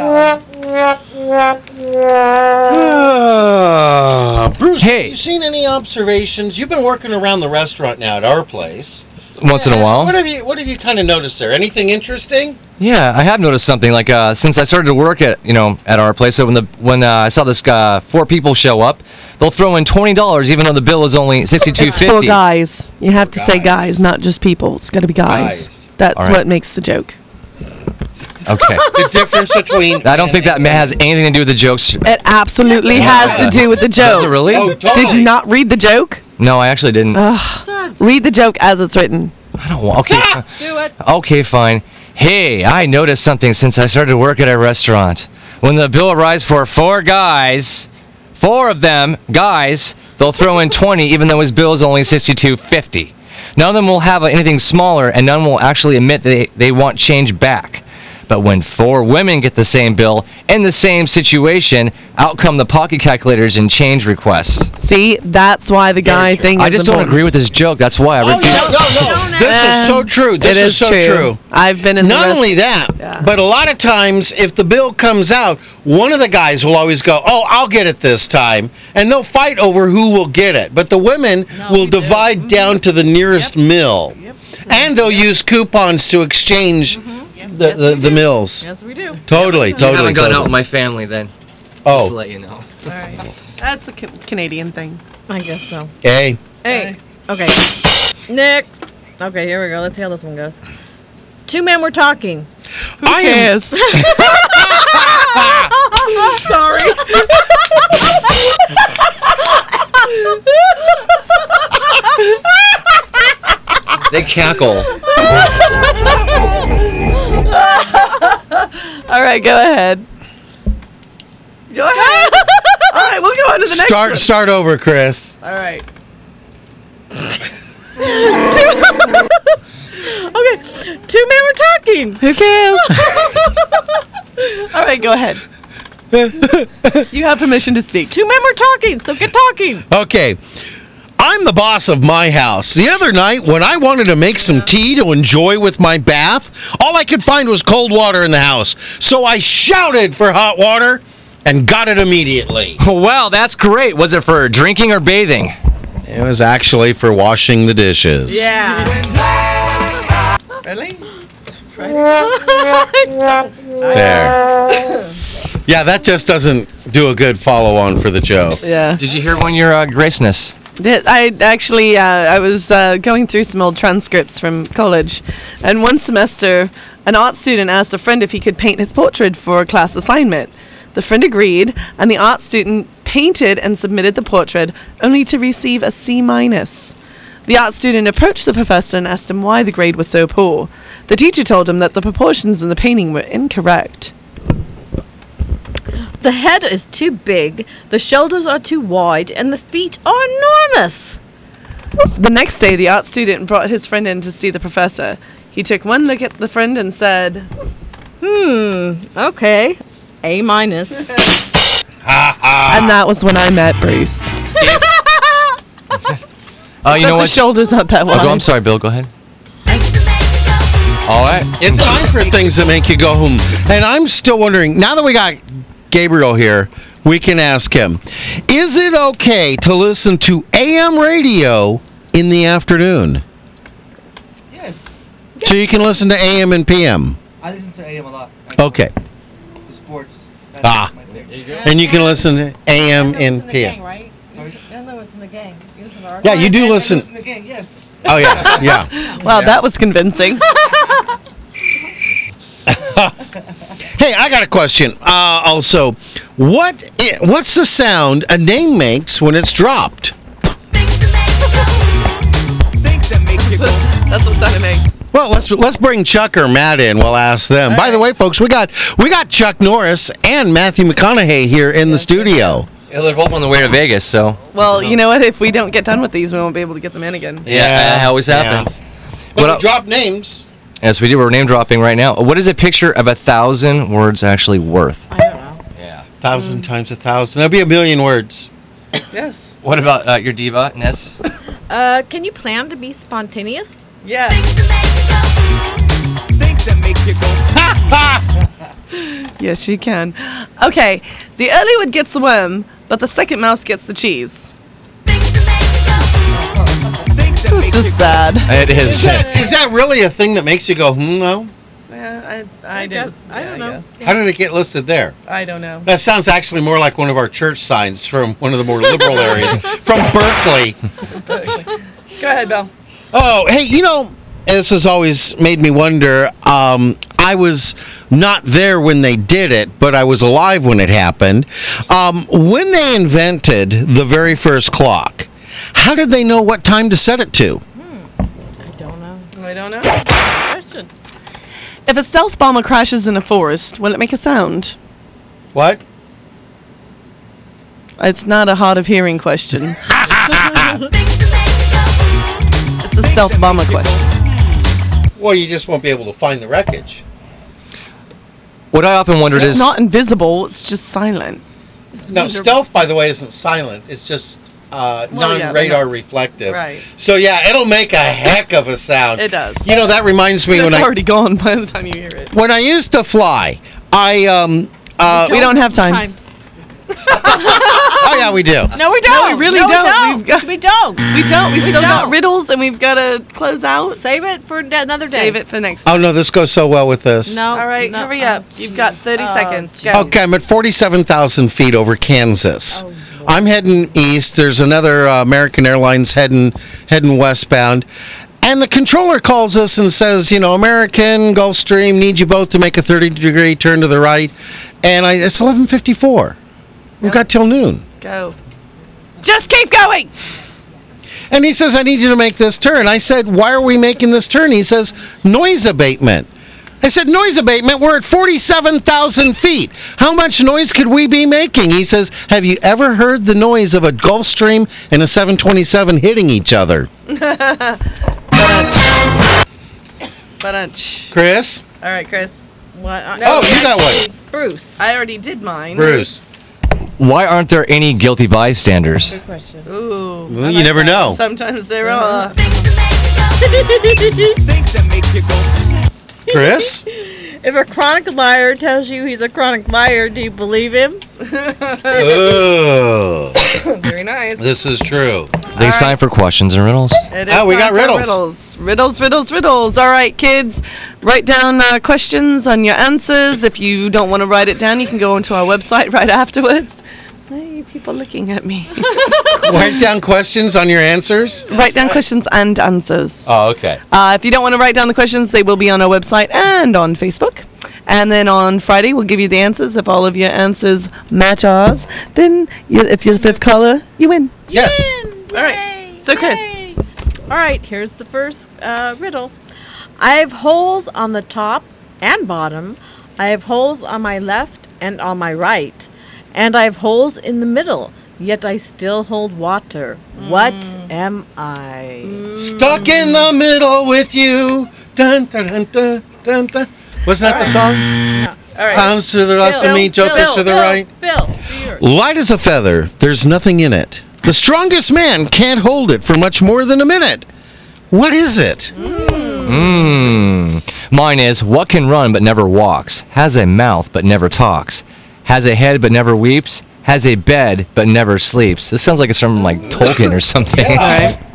[SPEAKER 3] that.
[SPEAKER 2] Uh, Bruce, hey. have you seen any observations? You've been working around the restaurant now at our place.
[SPEAKER 5] Once in a while.
[SPEAKER 2] What have you What have you kind of noticed there? Anything interesting?
[SPEAKER 5] Yeah, I have noticed something. Like uh, since I started to work at you know at our place, so when the when uh, I saw this uh, four people show up, they'll throw in twenty dollars, even though the bill is only sixty two
[SPEAKER 1] It's
[SPEAKER 2] Oh,
[SPEAKER 1] for
[SPEAKER 5] fifty.
[SPEAKER 1] guys. You have to say guys, not just people. It's got to be guys.
[SPEAKER 5] Guys.
[SPEAKER 1] That's
[SPEAKER 5] All right.
[SPEAKER 1] what makes the joke.
[SPEAKER 5] Okay.
[SPEAKER 2] the difference between.
[SPEAKER 5] I don't think that ma- has anything to do with the jokes.
[SPEAKER 1] It absolutely
[SPEAKER 5] Yeah.
[SPEAKER 1] has to do with the joke.
[SPEAKER 5] Does it really? Oh,
[SPEAKER 1] Did you not read the joke?
[SPEAKER 5] No, I actually didn't.
[SPEAKER 1] Ugh. Read the joke as it's written.
[SPEAKER 5] I don't want. Okay.
[SPEAKER 15] Ah,
[SPEAKER 1] Do it.
[SPEAKER 5] Okay, fine. Hey, I noticed something since I started to work at our restaurant. When the bill arrives for four guys, four of them guys, they'll throw in 20 even though his bill is only 62.50. None of them will have anything smaller and none will actually admit they, they want change back. But when four women get the same bill in the same situation, out come the pocket calculators and change requests.
[SPEAKER 1] See, that's why the guy thing.
[SPEAKER 5] I
[SPEAKER 1] is
[SPEAKER 5] just don't
[SPEAKER 1] important.
[SPEAKER 5] agree with this joke. That's why I
[SPEAKER 15] Oh,
[SPEAKER 5] refuse.
[SPEAKER 2] This is so
[SPEAKER 1] Um,
[SPEAKER 2] true. This
[SPEAKER 1] it
[SPEAKER 2] is
[SPEAKER 1] is
[SPEAKER 2] so
[SPEAKER 1] true.
[SPEAKER 2] true.
[SPEAKER 1] I've been in the
[SPEAKER 2] Not
[SPEAKER 1] rest-
[SPEAKER 2] only that, but a lot of times if the bill comes out, one of the guys will always go, "Oh, I'll get it this time," and they'll fight over who will get it. But the women will divide
[SPEAKER 1] Mm-hmm.
[SPEAKER 2] down to the nearest mill, and they'll use coupons to exchange
[SPEAKER 1] Mm-hmm.
[SPEAKER 2] the, the, the mills.
[SPEAKER 3] Yes, we do.
[SPEAKER 2] Totally,
[SPEAKER 15] I
[SPEAKER 2] totally.
[SPEAKER 15] haven't gone out
[SPEAKER 2] totally.
[SPEAKER 15] with my family then.
[SPEAKER 2] Oh.
[SPEAKER 15] Just to let you know.
[SPEAKER 1] All right. That's a ca- Canadian thing.
[SPEAKER 3] I guess so.
[SPEAKER 2] Hey.
[SPEAKER 3] Hey. Okay. Next. Okay, here we go. Let's see how this one goes. Two men were talking.
[SPEAKER 1] Who I am- cares?
[SPEAKER 3] Sorry.
[SPEAKER 5] They cackle.
[SPEAKER 1] All right, go ahead. Go ahead. All right, we'll go on to the next
[SPEAKER 2] Start
[SPEAKER 1] one.
[SPEAKER 2] start over, Chris.
[SPEAKER 1] All right.
[SPEAKER 3] okay. Two men were talking.
[SPEAKER 1] Who cares? All right, go ahead. you have permission to speak.
[SPEAKER 3] Two men were talking, so get talking.
[SPEAKER 2] Okay. I'm the boss of my house. The other night, when I wanted to make some tea to enjoy with my bath, all I could find was cold water in the house. So I shouted for hot water and got it immediately.
[SPEAKER 5] Well, that's great. Was it for drinking or bathing?
[SPEAKER 2] It was actually for washing the dishes.
[SPEAKER 16] Yeah.
[SPEAKER 22] Really?
[SPEAKER 2] There. Yeah, that just doesn't do a good follow on for the joke.
[SPEAKER 1] Yeah.
[SPEAKER 5] Did you hear one your uh, graceness?
[SPEAKER 1] That- I actually, uh, I was uh, going through some old transcripts from college, and one semester, an art student asked a friend if he could paint his portrait for a class assignment. The friend agreed, and the art student painted and submitted the portrait, only to receive a C minus. The art student approached the professor and asked him why the grade was so poor. The teacher told him that the proportions in the painting were incorrect.
[SPEAKER 3] The head is too big, the shoulders are too wide, and the feet are enormous.
[SPEAKER 1] The next day, the art student brought his friend in to see the professor. He took one look at the friend and said,
[SPEAKER 3] Hmm, okay. A minus.
[SPEAKER 1] and that was when I met Bruce.
[SPEAKER 5] Oh, you know
[SPEAKER 1] the
[SPEAKER 5] what?
[SPEAKER 1] shoulders aren't that
[SPEAKER 5] Oh,
[SPEAKER 1] wide.
[SPEAKER 5] go- I'm sorry, Bill. Go ahead. All right.
[SPEAKER 2] It's time for things that make you go home. And I'm still wondering, now that we got Gabriel here, we can ask him Is it okay to listen to AM radio in the afternoon?
[SPEAKER 6] Yes.
[SPEAKER 2] So you can listen to AM and PM.
[SPEAKER 6] I listen to AM a lot.
[SPEAKER 2] Okay.
[SPEAKER 6] The sports. That's
[SPEAKER 2] Ah.
[SPEAKER 6] my thing.
[SPEAKER 2] And you can listen to AM and PM.
[SPEAKER 3] right? was in the gang.
[SPEAKER 2] Yeah, you do listen.
[SPEAKER 6] Again, yes.
[SPEAKER 2] Oh, yeah. Yeah.
[SPEAKER 1] Wow, that was convincing.
[SPEAKER 2] Hey, I got a question. Uh, also, what i- what's the sound a name makes when it's dropped?
[SPEAKER 1] That's what sound it makes.
[SPEAKER 2] Well, let's let's bring Chuck or Matt in. We'll ask them. By the way, folks, we got we got Chuck Norris and Matthew McConaughey here in the studio.
[SPEAKER 5] Yeah, they're both on the way to Vegas, so.
[SPEAKER 1] Well, you know what? If we don't get done with these, we won't be able to get them in again.
[SPEAKER 5] Yeah, that always happens. What up?
[SPEAKER 2] drop names.
[SPEAKER 5] Yes, we do. We're name dropping right now. What is a picture of a thousand words actually worth?
[SPEAKER 2] Thousand times a thousand. That'd be a million words.
[SPEAKER 1] Yes.
[SPEAKER 5] What about uh, your diva, Ness?
[SPEAKER 3] Uh, can you plan to be spontaneous?
[SPEAKER 1] Yeah. Yes, you can. Okay, the early one gets the worm, but the second mouse gets the cheese. This is sad.
[SPEAKER 5] It is.
[SPEAKER 2] Is that, is that really a thing that makes you go hmm? Though?
[SPEAKER 1] Yeah, I, I did. I don't know.
[SPEAKER 2] How did it get listed there?
[SPEAKER 1] I don't know.
[SPEAKER 2] That sounds actually more like one of our church signs from one of the more liberal areas from Berkeley.
[SPEAKER 1] Go ahead, Bill.
[SPEAKER 2] Oh, hey, you know, this has always made me wonder. Um, I was not there when they did it, but I was alive when it happened. Um, when they invented the very first clock, how did they know what time to set it to?
[SPEAKER 1] I don't know. Question. If a stealth bomber crashes in a forest, will it make a sound?
[SPEAKER 2] What?
[SPEAKER 1] It's not a hard of hearing question. it's a stealth bomber question.
[SPEAKER 2] Well, you just won't be able to find the wreckage.
[SPEAKER 5] What I often wondered
[SPEAKER 1] It's
[SPEAKER 5] is.
[SPEAKER 1] not invisible. It's just silent.
[SPEAKER 2] No,
[SPEAKER 1] wonderful.
[SPEAKER 2] stealth, by the way, isn't silent. It's just uh,
[SPEAKER 1] Well, yeah,
[SPEAKER 2] non radar
[SPEAKER 1] they're not-
[SPEAKER 2] reflective.
[SPEAKER 1] Right.
[SPEAKER 2] So, yeah, it'll make a heck of a sound.
[SPEAKER 1] It does.
[SPEAKER 2] You know, that reminds me
[SPEAKER 1] But
[SPEAKER 2] when
[SPEAKER 1] it's
[SPEAKER 2] I.
[SPEAKER 1] already gone by the time you hear it.
[SPEAKER 2] When I used to fly, I um uh,
[SPEAKER 1] We don't have time. Time.
[SPEAKER 2] oh yeah, we do.
[SPEAKER 3] No,
[SPEAKER 1] No,
[SPEAKER 3] we don't.
[SPEAKER 1] we really
[SPEAKER 3] No,
[SPEAKER 1] don't.
[SPEAKER 3] We
[SPEAKER 1] We've
[SPEAKER 3] don't.
[SPEAKER 1] got-
[SPEAKER 3] We don't.
[SPEAKER 1] We don't. We
[SPEAKER 3] We
[SPEAKER 1] still got
[SPEAKER 3] don't.
[SPEAKER 1] riddles, and we've got to close out.
[SPEAKER 3] Save it for da- another day.
[SPEAKER 1] Save it for next.
[SPEAKER 2] Oh no, this goes so well with this.
[SPEAKER 3] No.
[SPEAKER 1] All right,
[SPEAKER 3] no, uh,
[SPEAKER 1] hurry up. You've got 30
[SPEAKER 3] Oh,
[SPEAKER 1] seconds. Go.
[SPEAKER 2] Okay, I'm at forty-seven thousand feet over
[SPEAKER 3] Oh,
[SPEAKER 2] Kansas. I'm heading east. There's another uh, American Airlines heading heading westbound. And the controller calls us and says, you know, American Gulfstream need you both to make a 30 degree turn to the right. And I, it's 11:54. We've got till noon.
[SPEAKER 1] Go. Just keep going.
[SPEAKER 2] And he says, I need you to make this turn. I said, Why are we making this turn? He says, Noise abatement. I said, Noise abatement? We're at 47,000 feet. How much noise could we be making? He says, Have you ever heard the noise of a Gulfstream and a 727 hitting each other?
[SPEAKER 1] Bunch.
[SPEAKER 2] Chris?
[SPEAKER 1] All right, Chris.
[SPEAKER 3] What?
[SPEAKER 2] Oh, you got one.
[SPEAKER 1] Bruce. I already did mine.
[SPEAKER 2] Bruce.
[SPEAKER 5] Why aren't there any guilty bystanders?
[SPEAKER 22] Good question.
[SPEAKER 1] Ooh.
[SPEAKER 5] Well, you never know.
[SPEAKER 1] Sometimes there are.
[SPEAKER 22] Things that make you
[SPEAKER 2] Chris?
[SPEAKER 3] If a chronic liar tells you he's a chronic liar, do you believe him?
[SPEAKER 2] Ugh.
[SPEAKER 1] Very nice.
[SPEAKER 2] This is true.
[SPEAKER 5] I think it's time for questions and riddles.
[SPEAKER 1] It
[SPEAKER 2] Oh, we
[SPEAKER 1] time
[SPEAKER 2] got
[SPEAKER 1] for
[SPEAKER 2] riddles.
[SPEAKER 1] riddles. Riddles, riddles, riddles. All right, kids, write down uh, questions on your answers. If you don't want to write it down, you can go onto our website right afterwards. Why are you people looking at me?
[SPEAKER 2] Write down questions on your answers.
[SPEAKER 1] write down questions and answers.
[SPEAKER 2] Oh, okay.
[SPEAKER 1] Uh, if you don't want to write down the questions, they will be on our website and on Facebook. And then on Friday, we'll give you the answers. If all of your answers match ours, then you, if you're fifth color, you win.
[SPEAKER 2] Yes.
[SPEAKER 1] All right. So, Chris.
[SPEAKER 3] All right, here's the first uh, riddle. I have holes on the top and bottom. I have holes on my left and on my right. And I have holes in the middle, yet I still hold water. What
[SPEAKER 1] Mm.
[SPEAKER 3] am I?
[SPEAKER 2] Stuck in the middle with you. Dun, dun, dun, dun, dun, dun. Was that the song?
[SPEAKER 1] All right.
[SPEAKER 2] Pounds to the left of me, jokers to the right.
[SPEAKER 3] Bill.
[SPEAKER 2] Light as a feather, there's nothing in it. The strongest man can't hold it for much more than a minute. What is it?
[SPEAKER 5] Mmm. Mine is what can run but never walks, has a mouth but never talks, has a head but never weeps, has a bed but never sleeps. This sounds like it's from like Tolkien or something.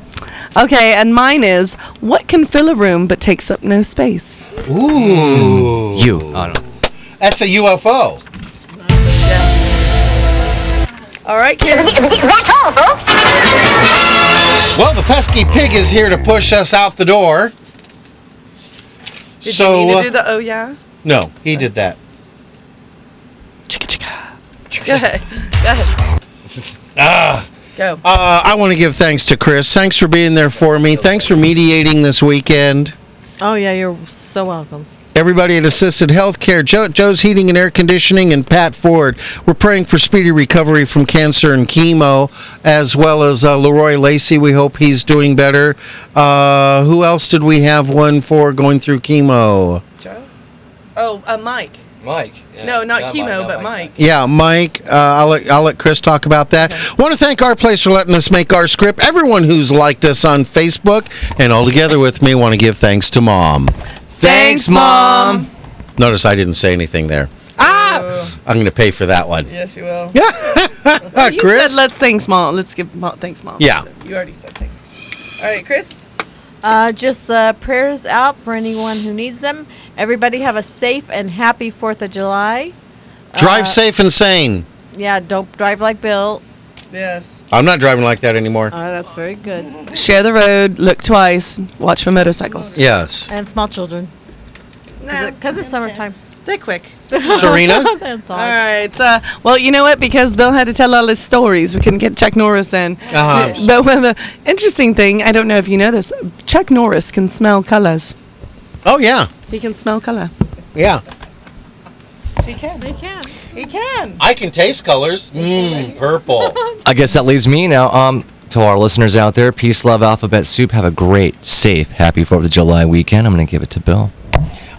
[SPEAKER 1] Okay, and mine is what can fill a room but takes up no space?
[SPEAKER 2] Ooh.
[SPEAKER 5] You. I don't know.
[SPEAKER 2] That's a UFO.
[SPEAKER 1] All right, kids.
[SPEAKER 2] Well, the pesky pig is here to push us out the door.
[SPEAKER 1] Did
[SPEAKER 2] so
[SPEAKER 1] you need
[SPEAKER 2] uh,
[SPEAKER 1] to do the oh yeah?
[SPEAKER 2] no, he did that.
[SPEAKER 1] Go ahead. Go ahead.
[SPEAKER 2] Ah.
[SPEAKER 1] Go.
[SPEAKER 2] Uh, I want to give thanks to Chris. Thanks for being there for me. Thanks for mediating this weekend.
[SPEAKER 3] Oh, yeah, you're so welcome.
[SPEAKER 2] Everybody at Assisted Healthcare, Joe, Joe's Heating and Air Conditioning, and Pat Ford. We're praying for speedy recovery from cancer and chemo, as well as uh, Leroy Lacey. We hope he's doing better. Uh, who else did we have one for going through chemo?
[SPEAKER 1] Oh, uh, Mike.
[SPEAKER 15] Mike.
[SPEAKER 1] No, not chemo, but Mike.
[SPEAKER 2] Yeah, Mike. Uh, I'll let I'll let Chris talk about that. Want to thank our place for letting us make our script. Everyone who's liked us on Facebook and all together with me want to give thanks to Mom.
[SPEAKER 1] Thanks, Mom.
[SPEAKER 2] Notice I didn't say anything there. Ah, I'm going to pay for that one.
[SPEAKER 1] Yes, you will.
[SPEAKER 2] Yeah.
[SPEAKER 1] you
[SPEAKER 2] Chris?
[SPEAKER 1] said let's thanks, mom. Let's give mom thanks, mom.
[SPEAKER 2] Yeah.
[SPEAKER 1] You already said thanks. All right, Chris.
[SPEAKER 3] Uh, just uh, prayers out for anyone who needs them. Everybody have a safe and happy 4th of July. Uh,
[SPEAKER 2] Drive
[SPEAKER 1] Uh,
[SPEAKER 2] safe and sane.
[SPEAKER 3] Yeah, don't drive like Bill.
[SPEAKER 1] Yes.
[SPEAKER 2] I'm not driving like that anymore.
[SPEAKER 3] Oh, that's very good.
[SPEAKER 1] Share the road. Look twice. Watch for motorcycles.
[SPEAKER 2] Yes.
[SPEAKER 3] And small children. Because it's summertime.
[SPEAKER 1] They're quick.
[SPEAKER 2] Serena?
[SPEAKER 1] All right. Uh, well, you know what? Because Bill had to tell all his stories, we couldn't get Chuck Norris in.
[SPEAKER 2] Uh-huh.
[SPEAKER 1] But- But one of the interesting thing, I don't know if you know this, Chuck Norris can smell colors.
[SPEAKER 2] Oh yeah,
[SPEAKER 1] He can smell color.
[SPEAKER 2] yeah.
[SPEAKER 1] He can. He
[SPEAKER 3] can.
[SPEAKER 1] He can.
[SPEAKER 2] I can taste colors. Mmm, purple.
[SPEAKER 5] I guess that leaves me now. Um, to our listeners out there, peace, love, alphabet soup. Have a great, safe, happy Fourth of July weekend. I'm gonna give it to Bill.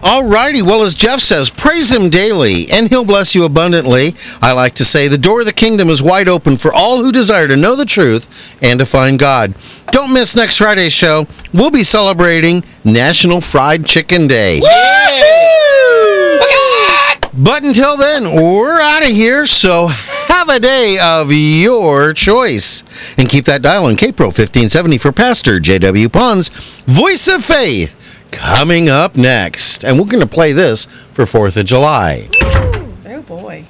[SPEAKER 2] Alrighty, well, as Jeff says, praise him daily, and he'll bless you abundantly. I like to say the door of the kingdom is wide open for all who desire to know the truth and to find God. Don't miss next Friday's show. We'll be celebrating National Fried Chicken Day. But until then, we're out of here, so have a day of your choice. And keep that dial on KPRO 1570 for Pastor J.W. Pons, Voice of Faith, coming up next. And we're going to play this for 4th of July.
[SPEAKER 1] Oh boy.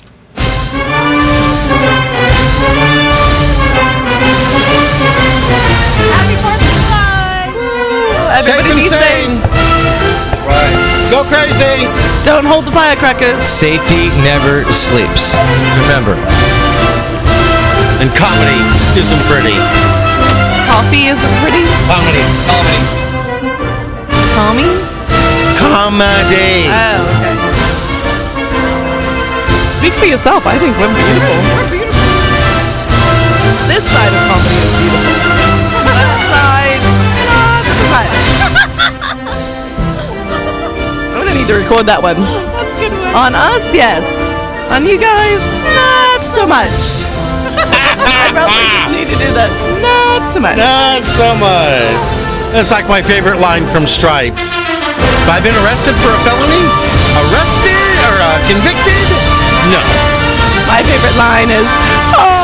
[SPEAKER 1] Everybody
[SPEAKER 2] Safe and
[SPEAKER 1] be safe.
[SPEAKER 2] sane. Go crazy.
[SPEAKER 1] Don't hold the firecrackers.
[SPEAKER 5] Safety never sleeps. Remember.
[SPEAKER 2] And comedy isn't pretty.
[SPEAKER 1] Coffee isn't pretty.
[SPEAKER 2] Comedy. Comedy.
[SPEAKER 1] Tommy?
[SPEAKER 2] Comedy.
[SPEAKER 1] Oh, okay. Speak for yourself. I think we're beautiful. We're beautiful. This side of comedy is beautiful. That side, not so much. I'm gonna need to record that one. That's a good one. On us, yes. On you guys, not so much. I probably just need to do that. Not so much.
[SPEAKER 2] Not so much. That's like my favorite line from Stripes. Have I been arrested for a felony? Arrested or uh, convicted? No.
[SPEAKER 1] My favorite line is, oh,